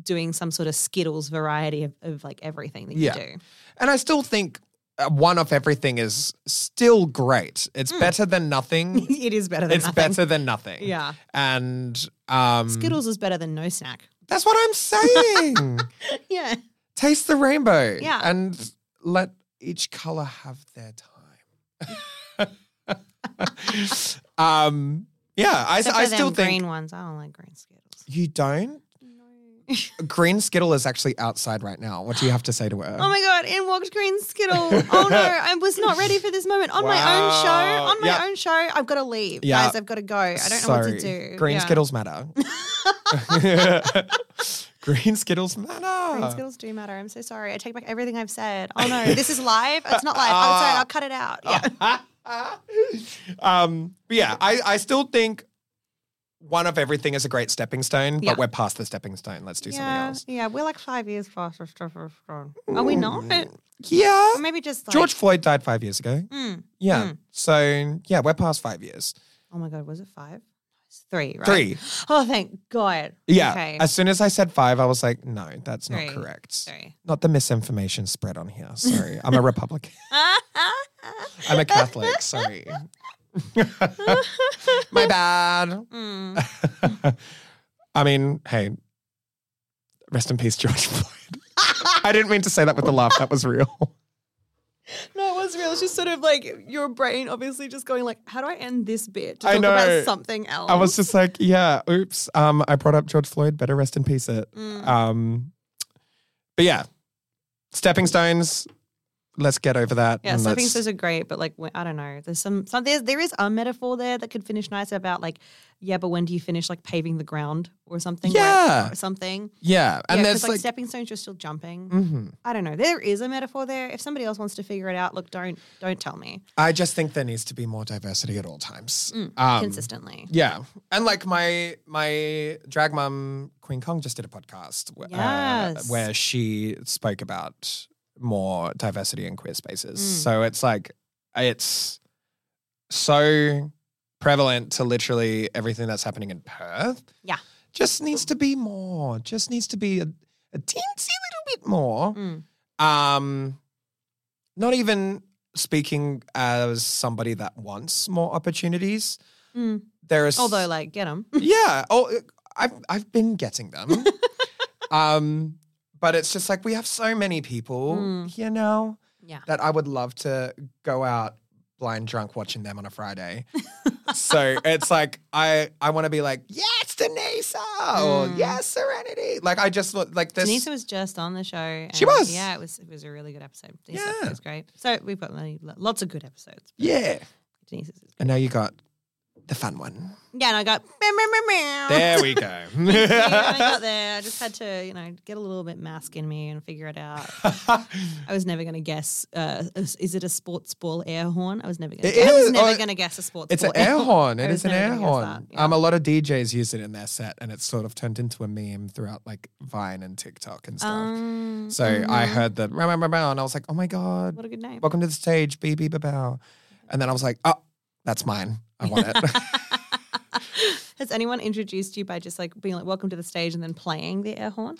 [SPEAKER 3] doing some sort of Skittles variety of, of like everything that you
[SPEAKER 4] Yeah.
[SPEAKER 3] do.
[SPEAKER 4] And I still think uh, one of everything is still great. It's better than nothing.
[SPEAKER 3] it is Hmm. better than
[SPEAKER 4] it's
[SPEAKER 3] nothing.
[SPEAKER 4] better than nothing.
[SPEAKER 3] Yeah.
[SPEAKER 4] And um,
[SPEAKER 3] Skittles is better than no snack.
[SPEAKER 4] that's what I'm saying.
[SPEAKER 3] Yeah.
[SPEAKER 4] Taste the rainbow.
[SPEAKER 3] Yeah.
[SPEAKER 4] And let each color have their time. um, yeah, I,
[SPEAKER 3] Except
[SPEAKER 4] I
[SPEAKER 3] for
[SPEAKER 4] still
[SPEAKER 3] them
[SPEAKER 4] think
[SPEAKER 3] green ones. I don't like green Skittles.
[SPEAKER 4] you don't. Green Skittle is actually outside right now. What do you have to say to her?
[SPEAKER 3] Oh my god! In walked green Skittle. Oh no! I was not ready for this moment on my own show.
[SPEAKER 4] Wow.
[SPEAKER 3] On my
[SPEAKER 4] Yeah.
[SPEAKER 3] own show, I've got to leave,
[SPEAKER 4] Yeah.
[SPEAKER 3] guys. I've got to go. I don't know what to
[SPEAKER 4] Sorry.
[SPEAKER 3] do.
[SPEAKER 4] Green
[SPEAKER 3] Yeah.
[SPEAKER 4] Skittles matter. Green Skittles matter.
[SPEAKER 3] Green Skittles do matter. I'm so sorry. I take back everything I've said. Oh no! This is live. It's not live. I'm
[SPEAKER 4] Ah.
[SPEAKER 3] sorry. I'll cut it out. Yeah.
[SPEAKER 4] um, but yeah, I, I still think one of everything is a great stepping stone, but
[SPEAKER 3] Yeah.
[SPEAKER 4] we're past the stepping stone. Let's do something
[SPEAKER 3] Yeah,
[SPEAKER 4] else.
[SPEAKER 3] yeah, we're like five years past our stuff. we've gone. Are we not?
[SPEAKER 4] Yeah.
[SPEAKER 3] Or Maybe just like,
[SPEAKER 4] Mm. George Floyd died five years ago.
[SPEAKER 3] Mm.
[SPEAKER 4] Yeah. So yeah, we're past five years.
[SPEAKER 3] Oh my god, was it five? It's Three, right?
[SPEAKER 4] Three.
[SPEAKER 3] Oh, thank God.
[SPEAKER 4] Yeah.
[SPEAKER 3] Okay.
[SPEAKER 4] As soon as I said five, I was like, no, that's
[SPEAKER 3] Three.
[SPEAKER 4] not correct.
[SPEAKER 3] Three.
[SPEAKER 4] Not the misinformation spread on here. Sorry. I'm a Republican. I'm a Catholic. Sorry. My bad.
[SPEAKER 3] Mm.
[SPEAKER 4] I mean, hey, rest in peace, George Floyd. I didn't mean to say that with a laugh. That was real.
[SPEAKER 3] No, it was real. It's just sort of like your brain obviously just going like, how do I end this bit to
[SPEAKER 4] I
[SPEAKER 3] talk
[SPEAKER 4] know.
[SPEAKER 3] about something else?
[SPEAKER 4] I was just like, yeah, oops. Um, I brought up George Floyd. Better rest in peace. It.
[SPEAKER 3] Mm.
[SPEAKER 4] Um, but yeah, stepping stones. Let's get over that.
[SPEAKER 3] yeah,
[SPEAKER 4] and
[SPEAKER 3] stepping
[SPEAKER 4] let's-
[SPEAKER 3] stones are great, but like when- I don't know. There's some, some there's, there is a metaphor there that could finish nice about like, yeah, but when do you finish like paving the ground or something? where-
[SPEAKER 4] Yeah.
[SPEAKER 3] or something.
[SPEAKER 4] Yeah, and
[SPEAKER 3] yeah, 'cause,
[SPEAKER 4] there's
[SPEAKER 3] like,
[SPEAKER 4] like,
[SPEAKER 3] stepping stones, you're still jumping.
[SPEAKER 4] Mhm.
[SPEAKER 3] I don't know. There is a metaphor there. If somebody else wants to figure it out, look, don't don't tell me
[SPEAKER 4] I just think there needs to be more diversity at all times.
[SPEAKER 3] Mm,
[SPEAKER 4] Um,
[SPEAKER 3] consistently.
[SPEAKER 4] Yeah, and like my my drag mum Queen Kong just did a podcast wh- uh,
[SPEAKER 3] Yes.
[SPEAKER 4] where she spoke about more diversity in queer spaces.
[SPEAKER 3] Mm.
[SPEAKER 4] So it's like it's so prevalent to literally everything that's happening in Perth.
[SPEAKER 3] Yeah.
[SPEAKER 4] just needs to be more. Just needs to be a, a teensy little bit more.
[SPEAKER 3] Mm.
[SPEAKER 4] Um, not even speaking as somebody that wants more opportunities.
[SPEAKER 3] Mm.
[SPEAKER 4] There is
[SPEAKER 3] Although, like, get them.
[SPEAKER 4] yeah. Oh, I've I've been getting them. um, but it's just like we have so many people,
[SPEAKER 3] Mm.
[SPEAKER 4] you know,
[SPEAKER 3] Yeah.
[SPEAKER 4] that I would love to go out blind drunk watching them on a Friday. so it's like I I want to be like yes, Denise, or
[SPEAKER 3] Mm.
[SPEAKER 4] yes, Serenity. Like I just want- like this.
[SPEAKER 3] Denise was just on the show. And
[SPEAKER 4] She was.
[SPEAKER 3] Yeah, it was. It was a really good episode. Denise
[SPEAKER 4] Yeah.
[SPEAKER 3] was great. So we've got many, lots of good episodes.
[SPEAKER 4] yeah,
[SPEAKER 3] Denise's is
[SPEAKER 4] and now you got the fun one.
[SPEAKER 3] Yeah, and I got. Meow, meow, meow, meow.
[SPEAKER 4] There we go.
[SPEAKER 3] Yeah, I got there. I just had to, you know, get a little bit mask in me and figure it out. I was never going to guess. Uh, is is it a sports ball air horn? I was never going.
[SPEAKER 4] It
[SPEAKER 3] to I was
[SPEAKER 4] is,
[SPEAKER 3] never
[SPEAKER 4] or-
[SPEAKER 3] going to guess a sports.
[SPEAKER 4] It's an
[SPEAKER 3] ball
[SPEAKER 4] air horn.
[SPEAKER 3] I
[SPEAKER 4] It
[SPEAKER 3] was
[SPEAKER 4] is an
[SPEAKER 3] never
[SPEAKER 4] air
[SPEAKER 3] gonna guess
[SPEAKER 4] horn.
[SPEAKER 3] that, yeah.
[SPEAKER 4] Um, a lot of DJs use it in their set, and it's sort of turned into a meme throughout like Vine and TikTok and stuff.
[SPEAKER 3] Um,
[SPEAKER 4] so I heard the rah, rah, rah, rah, and I was like, oh my god,
[SPEAKER 3] What a good name.
[SPEAKER 4] welcome to the stage, BB Babao. And then I was like, oh, that's mine. I want it.
[SPEAKER 3] Has anyone introduced you by just like being like, welcome to the stage and then playing the air horn?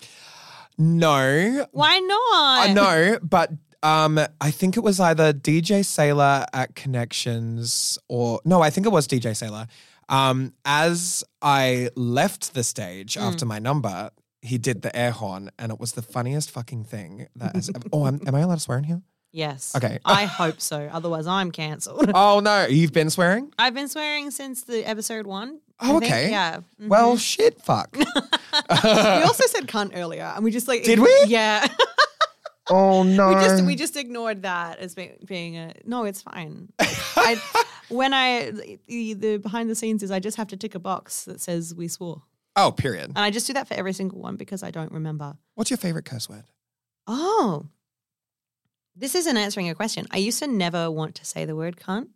[SPEAKER 4] no,
[SPEAKER 3] Why not?
[SPEAKER 4] I know, but. Um, I think it was either DJ Sailor at Connections or no, I think it was DJ Sailor. Um, as I left the stage
[SPEAKER 3] Hmm.
[SPEAKER 4] after my number, he did the air horn, and it was the funniest fucking thing that has. oh, am, am I allowed to swear in here?
[SPEAKER 3] Yes.
[SPEAKER 4] Okay.
[SPEAKER 3] I hope so. Otherwise, I'm cancelled.
[SPEAKER 4] Oh no, you've been swearing.
[SPEAKER 3] I've been swearing since the episode one. I
[SPEAKER 4] Oh,
[SPEAKER 3] think.
[SPEAKER 4] okay.
[SPEAKER 3] Yeah. Mhm.
[SPEAKER 4] Well, shit, fuck.
[SPEAKER 3] we also said cunt earlier, and we just like
[SPEAKER 4] Did we?
[SPEAKER 3] Yeah.
[SPEAKER 4] oh no.
[SPEAKER 3] we just we just ignored that as being, being a no. It's fine. I, when I the, the behind the scenes is I just have to tick a box that says we swore,
[SPEAKER 4] oh, period.
[SPEAKER 3] and I just do that for every single one because I don't remember.
[SPEAKER 4] What's your favorite curse word?
[SPEAKER 3] Oh. This isn't answering a question. I used to never want to say the word cunt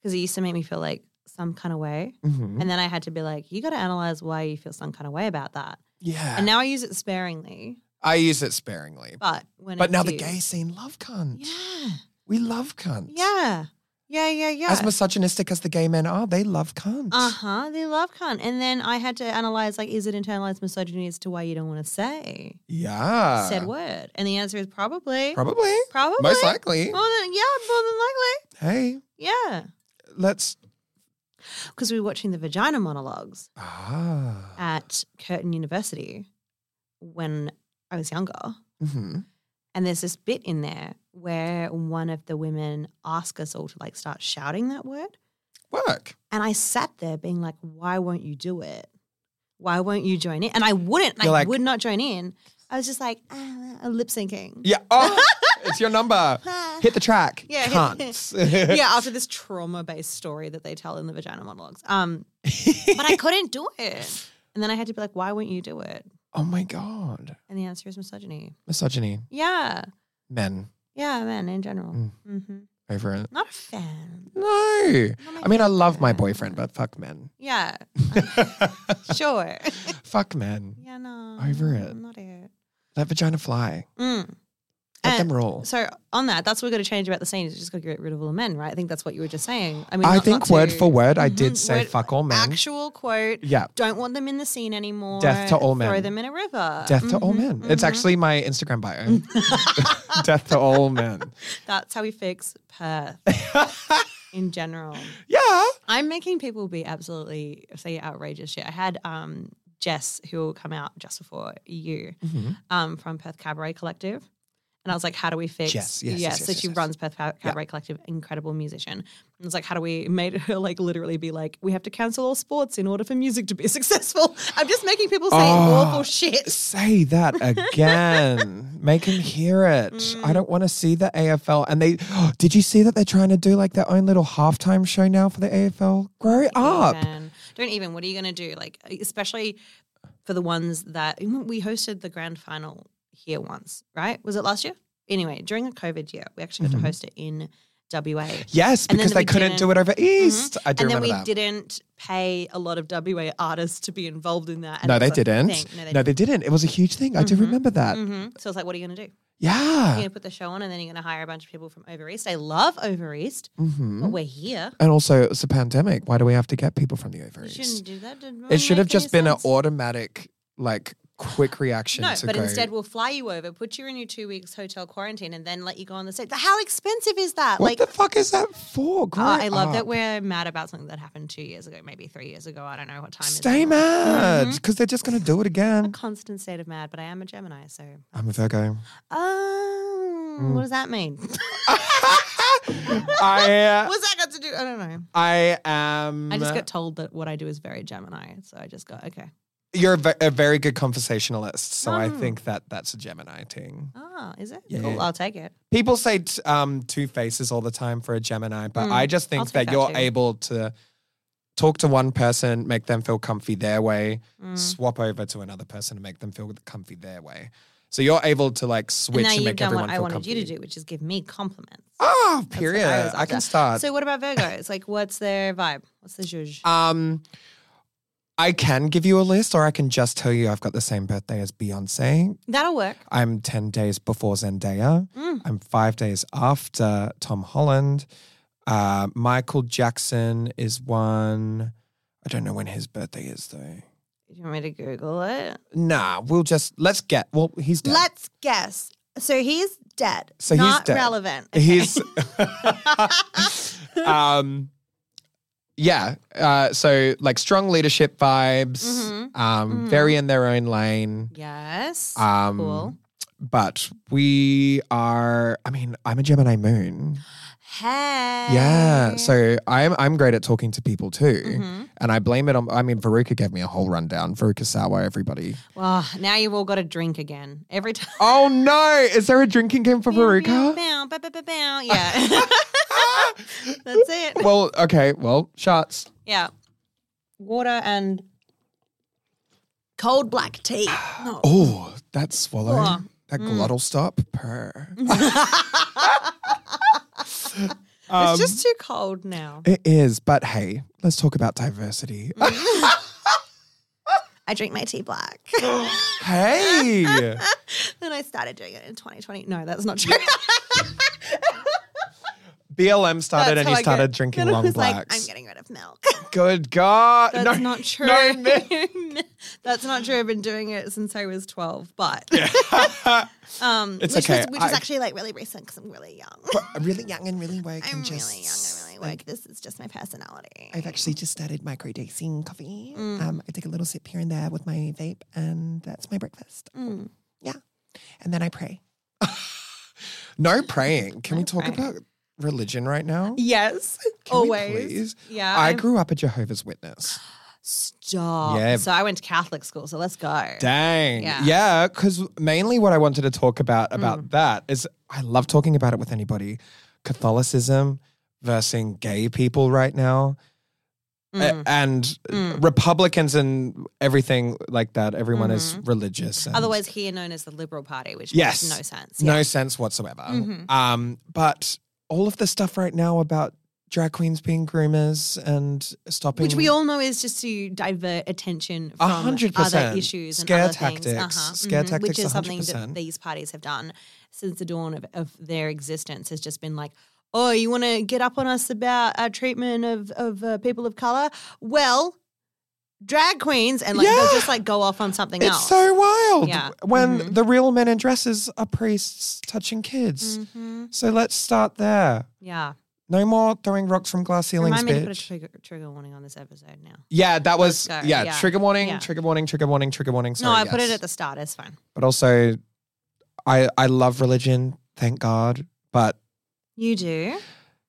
[SPEAKER 3] because it used to make me feel like some kind of way.
[SPEAKER 4] Mhm.
[SPEAKER 3] And then I had to be like, you got to analyze why you feel some kind of way about that.
[SPEAKER 4] Yeah.
[SPEAKER 3] And now I use it sparingly.
[SPEAKER 4] I use it sparingly. But,
[SPEAKER 3] But when it's
[SPEAKER 4] now the
[SPEAKER 3] used-
[SPEAKER 4] gay scene love cunt.
[SPEAKER 3] Yeah.
[SPEAKER 4] We love cunt.
[SPEAKER 3] Yeah. Yeah, yeah, yeah.
[SPEAKER 4] As misogynistic as the gay men are, they love cunt.
[SPEAKER 3] Uh huh. They love cunt. And then I had to analyze like, is it internalized misogyny as to why you don't want to say
[SPEAKER 4] Yeah.
[SPEAKER 3] said word? And the answer is probably.
[SPEAKER 4] Probably.
[SPEAKER 3] Probably.
[SPEAKER 4] Ah.
[SPEAKER 3] Oh.
[SPEAKER 4] Most likely.
[SPEAKER 3] More than, yeah, more than likely.
[SPEAKER 4] Hey,
[SPEAKER 3] Yeah.
[SPEAKER 4] let's.
[SPEAKER 3] Because we were watching the vagina monologues
[SPEAKER 4] Ah.
[SPEAKER 3] at Curtin University when I was younger.
[SPEAKER 4] hmm
[SPEAKER 3] And there's this bit in there where one of the women asked us all to like start shouting that word.
[SPEAKER 4] Work.
[SPEAKER 3] And I sat there being like, why won't you do it? Why won't you join in? And I wouldn't. I
[SPEAKER 4] You're like-
[SPEAKER 3] would not join in. I was just like, ah, lip syncing.
[SPEAKER 4] Yeah. Oh, it's your number. Hit the track.
[SPEAKER 3] Yeah, hit-
[SPEAKER 4] Cunts.
[SPEAKER 3] yeah, after this trauma based story that they tell in the vagina monologues. Um, but I couldn't do it. And then I had to be like, why won't you do it?
[SPEAKER 4] oh my God.
[SPEAKER 3] And the answer is misogyny.
[SPEAKER 4] Misogyny.
[SPEAKER 3] Yeah.
[SPEAKER 4] Men
[SPEAKER 3] Yeah, men in general.
[SPEAKER 4] Mm.
[SPEAKER 3] hmm
[SPEAKER 4] over it.
[SPEAKER 3] Not a fan.
[SPEAKER 4] No. I
[SPEAKER 3] Not Oh my
[SPEAKER 4] mean, I love my
[SPEAKER 3] favorite.
[SPEAKER 4] boyfriend, but fuck men.
[SPEAKER 3] Yeah. sure.
[SPEAKER 4] fuck men.
[SPEAKER 3] Yeah, no.
[SPEAKER 4] Over it.
[SPEAKER 3] Not it.
[SPEAKER 4] Let vagina fly.
[SPEAKER 3] Mm.
[SPEAKER 4] Let
[SPEAKER 3] And
[SPEAKER 4] them roll.
[SPEAKER 3] So on that, that's what we're going to change about the scene. Is you just got to get rid of all the men, right? I think that's what you were just saying. I mean,
[SPEAKER 4] I
[SPEAKER 3] not-
[SPEAKER 4] think
[SPEAKER 3] not to-
[SPEAKER 4] word for word, I
[SPEAKER 3] Mhm,
[SPEAKER 4] did say
[SPEAKER 3] word-
[SPEAKER 4] fuck all men.
[SPEAKER 3] Actual quote.
[SPEAKER 4] yeah.
[SPEAKER 3] Don't want them in the scene anymore.
[SPEAKER 4] Death to all
[SPEAKER 3] Throw
[SPEAKER 4] men.
[SPEAKER 3] them in a river.
[SPEAKER 4] Death to all
[SPEAKER 3] Mhm,
[SPEAKER 4] men. It's
[SPEAKER 3] mhm.
[SPEAKER 4] actually my Instagram bio. Death to all men.
[SPEAKER 3] that's how we fix Perth in general.
[SPEAKER 4] Yeah.
[SPEAKER 3] I'm making people be absolutely say outrageous shit. I had um Jess who will come out just before you
[SPEAKER 4] Mm-hmm.
[SPEAKER 3] um from Perth Cabaret Collective. And I was like, how do we fix?
[SPEAKER 4] Jess, yes,
[SPEAKER 3] yeah.
[SPEAKER 4] yes, yes,
[SPEAKER 3] so
[SPEAKER 4] yes,
[SPEAKER 3] she
[SPEAKER 4] yes.
[SPEAKER 3] runs Perth Ca- Cabaret Collective, incredible musician. And I was like, how do we made her like literally be like, we have to cancel all sports in order for music to be successful. I'm just making people say
[SPEAKER 4] Oh,
[SPEAKER 3] awful shit.
[SPEAKER 4] Say that again. Make him hear it.
[SPEAKER 3] Mm.
[SPEAKER 4] I don't want to see the AFL. And they, did you see that they're trying to do like their own little halftime show now for the AFL? Grow up.
[SPEAKER 3] Even. Don't even. What are you going to do? Like, e, especially for the ones that we hosted the grand final here once, right? Was it last year? Anyway, during a COVID year, we actually got to host it in WA.
[SPEAKER 4] Mm-hmm. Yes,
[SPEAKER 3] And then
[SPEAKER 4] because they
[SPEAKER 3] we
[SPEAKER 4] couldn't
[SPEAKER 3] didn't-
[SPEAKER 4] do it over East. I do
[SPEAKER 3] Mm-hmm. and then
[SPEAKER 4] remember
[SPEAKER 3] we
[SPEAKER 4] that.
[SPEAKER 3] didn't pay a lot of WA artists to be involved in that. and
[SPEAKER 4] No,
[SPEAKER 3] it
[SPEAKER 4] they
[SPEAKER 3] was a
[SPEAKER 4] didn't.
[SPEAKER 3] thing. No, they
[SPEAKER 4] No, they didn't. It was a huge thing. I do remember that.
[SPEAKER 3] Mhm. So it's like, what are you going to do?
[SPEAKER 4] Uh.
[SPEAKER 3] You're
[SPEAKER 4] Yeah.
[SPEAKER 3] going to put the show on, and then you're going to hire a bunch of people from over east. I love over east,
[SPEAKER 4] hmm
[SPEAKER 3] but we're here.
[SPEAKER 4] And also, it's a pandemic. Why do we have to get people from the
[SPEAKER 3] You
[SPEAKER 4] ovaries?
[SPEAKER 3] shouldn't do that. Didn't
[SPEAKER 4] It should have
[SPEAKER 3] make
[SPEAKER 4] just
[SPEAKER 3] any
[SPEAKER 4] been an
[SPEAKER 3] sense.
[SPEAKER 4] automatic, like, quick reaction
[SPEAKER 3] No,
[SPEAKER 4] to
[SPEAKER 3] but
[SPEAKER 4] go.
[SPEAKER 3] instead we'll fly you over, put you in your two weeks hotel quarantine, and then let you go on the stage. How expensive is that?
[SPEAKER 4] what
[SPEAKER 3] like,
[SPEAKER 4] the fuck is that for?
[SPEAKER 3] oh,
[SPEAKER 4] Grow
[SPEAKER 3] I love that
[SPEAKER 4] up.
[SPEAKER 3] we're mad about something that happened two years ago, maybe three years ago. I don't know what time. it is
[SPEAKER 4] Stay
[SPEAKER 3] anymore.
[SPEAKER 4] mad
[SPEAKER 3] Mm-hmm.
[SPEAKER 4] because they're just going to do
[SPEAKER 3] A
[SPEAKER 4] it again.
[SPEAKER 3] constant state of mad, but I am a Gemini, so.
[SPEAKER 4] I'm a Virgo.
[SPEAKER 3] Um,
[SPEAKER 4] Mm.
[SPEAKER 3] What does that mean?
[SPEAKER 4] I
[SPEAKER 3] What's that got to do? I don't know.
[SPEAKER 4] I am.
[SPEAKER 3] I just got told that what I do is very Gemini, so I just got okay.
[SPEAKER 4] You're a, ve- a very good conversationalist, so I
[SPEAKER 3] Oh.
[SPEAKER 4] think that that's a Gemini thing.
[SPEAKER 3] Ah, is it?
[SPEAKER 4] Yeah.
[SPEAKER 3] Cool, I'll take it.
[SPEAKER 4] People say t- um, two faces all the time for a Gemini, but
[SPEAKER 3] Mm,
[SPEAKER 4] I just
[SPEAKER 3] I'll
[SPEAKER 4] think
[SPEAKER 3] take
[SPEAKER 4] that,
[SPEAKER 3] that
[SPEAKER 4] you're
[SPEAKER 3] too.
[SPEAKER 4] able to talk to one person, make them feel comfy their way,
[SPEAKER 3] Mm.
[SPEAKER 4] swap over to another person and make them feel comfy their way. So you're able to like
[SPEAKER 3] And
[SPEAKER 4] switch
[SPEAKER 3] now
[SPEAKER 4] and,
[SPEAKER 3] you've
[SPEAKER 4] make
[SPEAKER 3] done
[SPEAKER 4] everyone
[SPEAKER 3] what I
[SPEAKER 4] feel
[SPEAKER 3] wanted
[SPEAKER 4] comfy.
[SPEAKER 3] you to do, which is give me compliments.
[SPEAKER 4] Oh,
[SPEAKER 3] That's what I was
[SPEAKER 4] period. I,
[SPEAKER 3] after.
[SPEAKER 4] can start.
[SPEAKER 3] So what about Virgos? like, what's their vibe? What's the zhuzh?
[SPEAKER 4] um, I can give you a list, or I can just tell you I've got the same birthday as Beyonce.
[SPEAKER 3] That'll work.
[SPEAKER 4] I'm 10 days before Zendaya.
[SPEAKER 3] Mm.
[SPEAKER 4] I'm five days after Tom Holland. Uh, Michael Jackson is one. I don't know when his birthday is, though.
[SPEAKER 3] Do you want me to Google it?
[SPEAKER 4] Nah, we'll just, let's get, well, he's dead.
[SPEAKER 3] Let's guess. So he's dead.
[SPEAKER 4] So he's
[SPEAKER 3] Not
[SPEAKER 4] dead.
[SPEAKER 3] relevant.
[SPEAKER 4] He's, um, yeah. Uh, so like strong leadership vibes,
[SPEAKER 3] Mhm.
[SPEAKER 4] um,
[SPEAKER 3] Mhm.
[SPEAKER 4] very in their own lane.
[SPEAKER 3] yes.
[SPEAKER 4] Um,
[SPEAKER 3] cool.
[SPEAKER 4] But we are, I mean, I'm a Gemini moon.
[SPEAKER 3] Hey.
[SPEAKER 4] Yeah, so I'm I'm great at talking to people too,
[SPEAKER 3] Mhm.
[SPEAKER 4] and I blame it on. I mean, Veruca gave me a whole rundown. Veruca Sawa, everybody.
[SPEAKER 3] Well, Oh, now you've all got to drink again every time.
[SPEAKER 4] Oh no! Is there a drinking game for
[SPEAKER 3] Bow,
[SPEAKER 4] Veruca?
[SPEAKER 3] bow, bow, bow, bow, bow. Yeah. That's it.
[SPEAKER 4] well, okay. Well, shots.
[SPEAKER 3] Yeah. Water and cold black tea. No.
[SPEAKER 4] Oh, that swallow,
[SPEAKER 3] Oh,
[SPEAKER 4] that glottal stop, purr.
[SPEAKER 3] it's just
[SPEAKER 4] Um,
[SPEAKER 3] too cold now. Mm.
[SPEAKER 4] It is, but hey, let's talk about diversity.
[SPEAKER 3] I I drink my tea black.
[SPEAKER 4] Hey.
[SPEAKER 3] then I started doing it in 2020. No, that's not true.
[SPEAKER 4] BLM
[SPEAKER 3] That's
[SPEAKER 4] started and
[SPEAKER 3] how
[SPEAKER 4] he
[SPEAKER 3] I get-
[SPEAKER 4] started drinking
[SPEAKER 3] Then I
[SPEAKER 4] long
[SPEAKER 3] was like,
[SPEAKER 4] blacks.
[SPEAKER 3] I'm getting rid of milk.
[SPEAKER 4] Good God.
[SPEAKER 3] That's
[SPEAKER 4] no,
[SPEAKER 3] not true.
[SPEAKER 4] No, man.
[SPEAKER 3] That's not true. I've been doing it since I was 12, but um,
[SPEAKER 4] It's
[SPEAKER 3] which
[SPEAKER 4] okay.
[SPEAKER 3] Was, which is
[SPEAKER 4] I-
[SPEAKER 3] actually like really recent because I'm really young.
[SPEAKER 4] really young and really woke.
[SPEAKER 3] I'm
[SPEAKER 4] and just,
[SPEAKER 3] really young and really woke. This is just my personality.
[SPEAKER 4] I've actually just started microdosing coffee. Um, I take a little sip here and there with my vape, and that's my breakfast. Yeah. And then I pray. no praying. Can we talk
[SPEAKER 3] praying.
[SPEAKER 4] about religion right now?
[SPEAKER 3] yes,
[SPEAKER 4] Can we
[SPEAKER 3] always.
[SPEAKER 4] please?
[SPEAKER 3] Yeah,
[SPEAKER 4] I
[SPEAKER 3] I'm-
[SPEAKER 4] grew up a Jehovah's Witness.
[SPEAKER 3] Stop.
[SPEAKER 4] Yeah.
[SPEAKER 3] So I went to Catholic school. So let's go.
[SPEAKER 4] Dang.
[SPEAKER 3] Yeah. Mm.
[SPEAKER 4] Yeah, because mainly what I wanted to talk about about that is I love talking about it with anybody. Catholicism versus gay people right now. A-
[SPEAKER 3] Mm.
[SPEAKER 4] and Republicans and everything like that. Everyone is religious. and-
[SPEAKER 3] Mm-hmm. Otherwise, here known as the Liberal Party, which
[SPEAKER 4] Yes.
[SPEAKER 3] makes no sense.
[SPEAKER 4] no
[SPEAKER 3] Yeah. Mm-hmm.
[SPEAKER 4] sense whatsoever. Um, but all of the stuff right now about drag queens being groomers and stopping,
[SPEAKER 3] Which we all know is just to divert attention
[SPEAKER 4] Mm. A
[SPEAKER 3] from
[SPEAKER 4] hundred
[SPEAKER 3] other
[SPEAKER 4] percent.
[SPEAKER 3] issues and
[SPEAKER 4] Scare
[SPEAKER 3] other things.
[SPEAKER 4] tactics. Scare
[SPEAKER 3] mhm,
[SPEAKER 4] tactics,
[SPEAKER 3] Which is something
[SPEAKER 4] 100%.
[SPEAKER 3] that these parties have done since the dawn of, of their existence has just been like, oh, you want to get up on us about our treatment of, of uh, people of color? Well, drag queens. And like
[SPEAKER 4] Yeah.
[SPEAKER 3] they'll just like go off on something
[SPEAKER 4] It's
[SPEAKER 3] else.
[SPEAKER 4] so wild
[SPEAKER 3] Yeah. Mm-hmm.
[SPEAKER 4] when the real men in dresses are priests touching kids.
[SPEAKER 3] Mm-hmm.
[SPEAKER 4] So let's start there.
[SPEAKER 3] Hmm. yeah.
[SPEAKER 4] No more throwing rocks from glass ceilings,
[SPEAKER 3] Remind me to put a
[SPEAKER 4] bitch.
[SPEAKER 3] trigger, trigger warning on this episode now.
[SPEAKER 4] yeah, that was
[SPEAKER 3] Let's go.
[SPEAKER 4] yeah,
[SPEAKER 3] Yeah.
[SPEAKER 4] Trigger warning,
[SPEAKER 3] Yeah.
[SPEAKER 4] trigger warning, trigger warning, trigger warning.
[SPEAKER 3] no,
[SPEAKER 4] Sorry,
[SPEAKER 3] I put
[SPEAKER 4] yes.
[SPEAKER 3] it at the start. It's fine.
[SPEAKER 4] But also, I I love religion. Thank God. But
[SPEAKER 3] You do?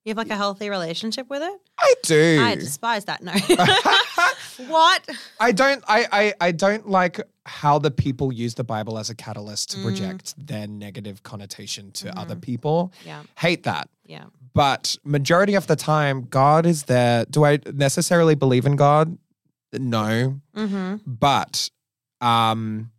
[SPEAKER 3] You have like a healthy relationship with it?
[SPEAKER 4] I do.
[SPEAKER 3] I despise that. No. what?
[SPEAKER 4] I don't I, I I don't like how the people use the Bible as a catalyst
[SPEAKER 3] Mm-hmm.
[SPEAKER 4] to project their negative connotation to other people.
[SPEAKER 3] Yeah.
[SPEAKER 4] Hate that.
[SPEAKER 3] Yeah.
[SPEAKER 4] But majority of the time God is there. Do I necessarily believe in God? No.
[SPEAKER 3] Mm-hmm.
[SPEAKER 4] But um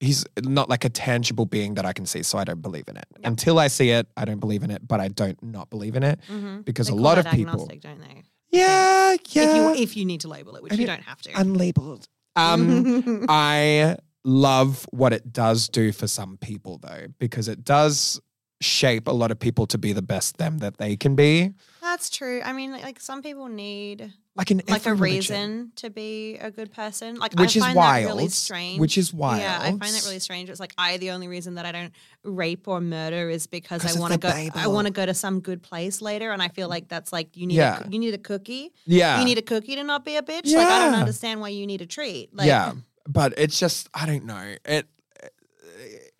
[SPEAKER 4] he's not like a tangible being that I can see, so I don't believe in it. Until I see it, I don't believe in it, but I don't not believe in it
[SPEAKER 3] Mhm.
[SPEAKER 4] because a lot of people
[SPEAKER 3] agnostic, don't they?
[SPEAKER 4] Yeah, yeah.
[SPEAKER 3] If you if you need to label it, which
[SPEAKER 4] I
[SPEAKER 3] you
[SPEAKER 4] mean,
[SPEAKER 3] don't have to.
[SPEAKER 4] unlabeled. Um I love what it does do for some people though, because it does shape a lot of people to be the best them that they can be.
[SPEAKER 3] That's true. I mean, like, like some people need
[SPEAKER 4] Like in
[SPEAKER 3] like a
[SPEAKER 4] every religion.
[SPEAKER 3] reason to be a good person. Like
[SPEAKER 4] Which
[SPEAKER 3] I
[SPEAKER 4] is
[SPEAKER 3] find that really
[SPEAKER 4] wild.
[SPEAKER 3] strange.
[SPEAKER 4] Which is
[SPEAKER 3] Yeah, I
[SPEAKER 4] wild.
[SPEAKER 3] find that really strange. It's like I the only reason that I don't rape or murder is because
[SPEAKER 4] 'Cause
[SPEAKER 3] I
[SPEAKER 4] it's
[SPEAKER 3] want to
[SPEAKER 4] the
[SPEAKER 3] go. I
[SPEAKER 4] Bible.
[SPEAKER 3] want to go to some good place later, and I feel like that's like you need
[SPEAKER 4] Yeah.
[SPEAKER 3] a, you need a cookie.
[SPEAKER 4] Yeah.
[SPEAKER 3] You need a cookie to not be a bitch. Like I don't
[SPEAKER 4] Yeah.
[SPEAKER 3] understand why you need a treat. Like,
[SPEAKER 4] yeah, but it's just I don't know. It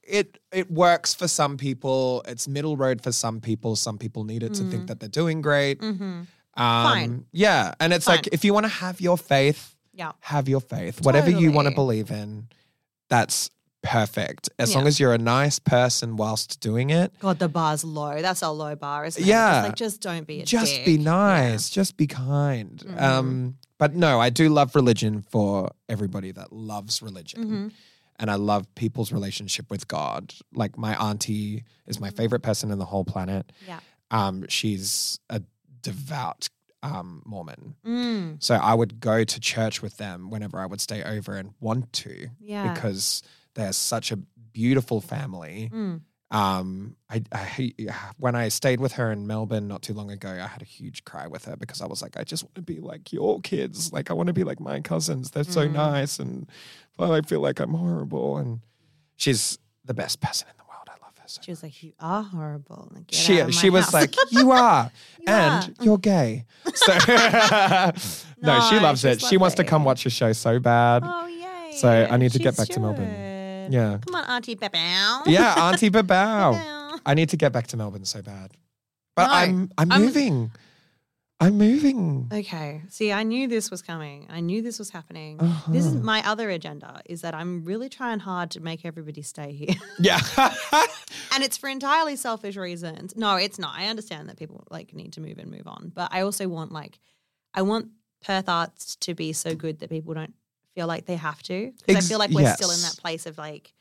[SPEAKER 4] it it works for some people. It's middle road for some people. Some people need it to think that they're doing great.
[SPEAKER 3] mhm.
[SPEAKER 4] Um,
[SPEAKER 3] Mm. Fine.
[SPEAKER 4] Yeah, and it's like
[SPEAKER 3] Fine.
[SPEAKER 4] if you want to have your faith,
[SPEAKER 3] Yeah.
[SPEAKER 4] have your faith. Whatever you want to
[SPEAKER 3] Totally.
[SPEAKER 4] believe in, that's perfect. As
[SPEAKER 3] Yeah.
[SPEAKER 4] long as you're a nice person whilst doing it,
[SPEAKER 3] God, the bar's low. That's a low bar, isn't it?
[SPEAKER 4] Yeah.
[SPEAKER 3] It's like just don't be a
[SPEAKER 4] just
[SPEAKER 3] dick. Mm-hmm.
[SPEAKER 4] be nice. Just be kind. Um, but no, I do love religion for everybody that loves religion.
[SPEAKER 3] Mm-hmm.
[SPEAKER 4] And I love people's relationship with God. Like my auntie is my favorite person in the whole planet.
[SPEAKER 3] Mm-hmm. Yeah.
[SPEAKER 4] Um, she's a devout um, Mormon.
[SPEAKER 3] Mm,
[SPEAKER 4] So I would go to church with them whenever I would stay over and want to
[SPEAKER 3] Yeah.
[SPEAKER 4] because they're such a beautiful family.
[SPEAKER 3] mm.
[SPEAKER 4] Um, I, I when I stayed with her in Melbourne not too long ago, I had a huge cry with her because I was like, I just want to be like your kids. Like I want to be like my cousins. They're
[SPEAKER 3] Mm.
[SPEAKER 4] so nice, and well, I feel like I'm horrible. And she's the best person in the world. I love her. So
[SPEAKER 3] She was like, "You are horrible." Like, get out
[SPEAKER 4] she
[SPEAKER 3] of
[SPEAKER 4] she
[SPEAKER 3] my
[SPEAKER 4] was
[SPEAKER 3] house."
[SPEAKER 4] like, you are, and
[SPEAKER 3] are.
[SPEAKER 4] you're gay. So no, she
[SPEAKER 3] No,
[SPEAKER 4] loves
[SPEAKER 3] she's
[SPEAKER 4] it. She wants to come
[SPEAKER 3] lovely.
[SPEAKER 4] watch a show so bad.
[SPEAKER 3] "Oh yay!"
[SPEAKER 4] So I need to get
[SPEAKER 3] She
[SPEAKER 4] back to Melbourne.
[SPEAKER 3] should.
[SPEAKER 4] Yeah.
[SPEAKER 3] Come on, Auntie Bebow.
[SPEAKER 4] Yeah, Auntie Babao.
[SPEAKER 3] Bebow.
[SPEAKER 4] I need to get back to Melbourne so bad. But
[SPEAKER 3] No,
[SPEAKER 4] I'm, I'm
[SPEAKER 3] I'm-
[SPEAKER 4] moving. I'm moving.
[SPEAKER 3] Okay. See, I knew this was coming. I knew this was happening.
[SPEAKER 4] Uh-huh.
[SPEAKER 3] This is my other agenda is that I'm really trying hard to make everybody stay here.
[SPEAKER 4] Yeah.
[SPEAKER 3] and it's for entirely selfish reasons. No, it's not. I understand that people like need to move and move on, but I also want like I want Perth arts to be so good that people don't feel like they have to. Because
[SPEAKER 4] Ex-
[SPEAKER 3] I feel like we're still in
[SPEAKER 4] yes.
[SPEAKER 3] that place of like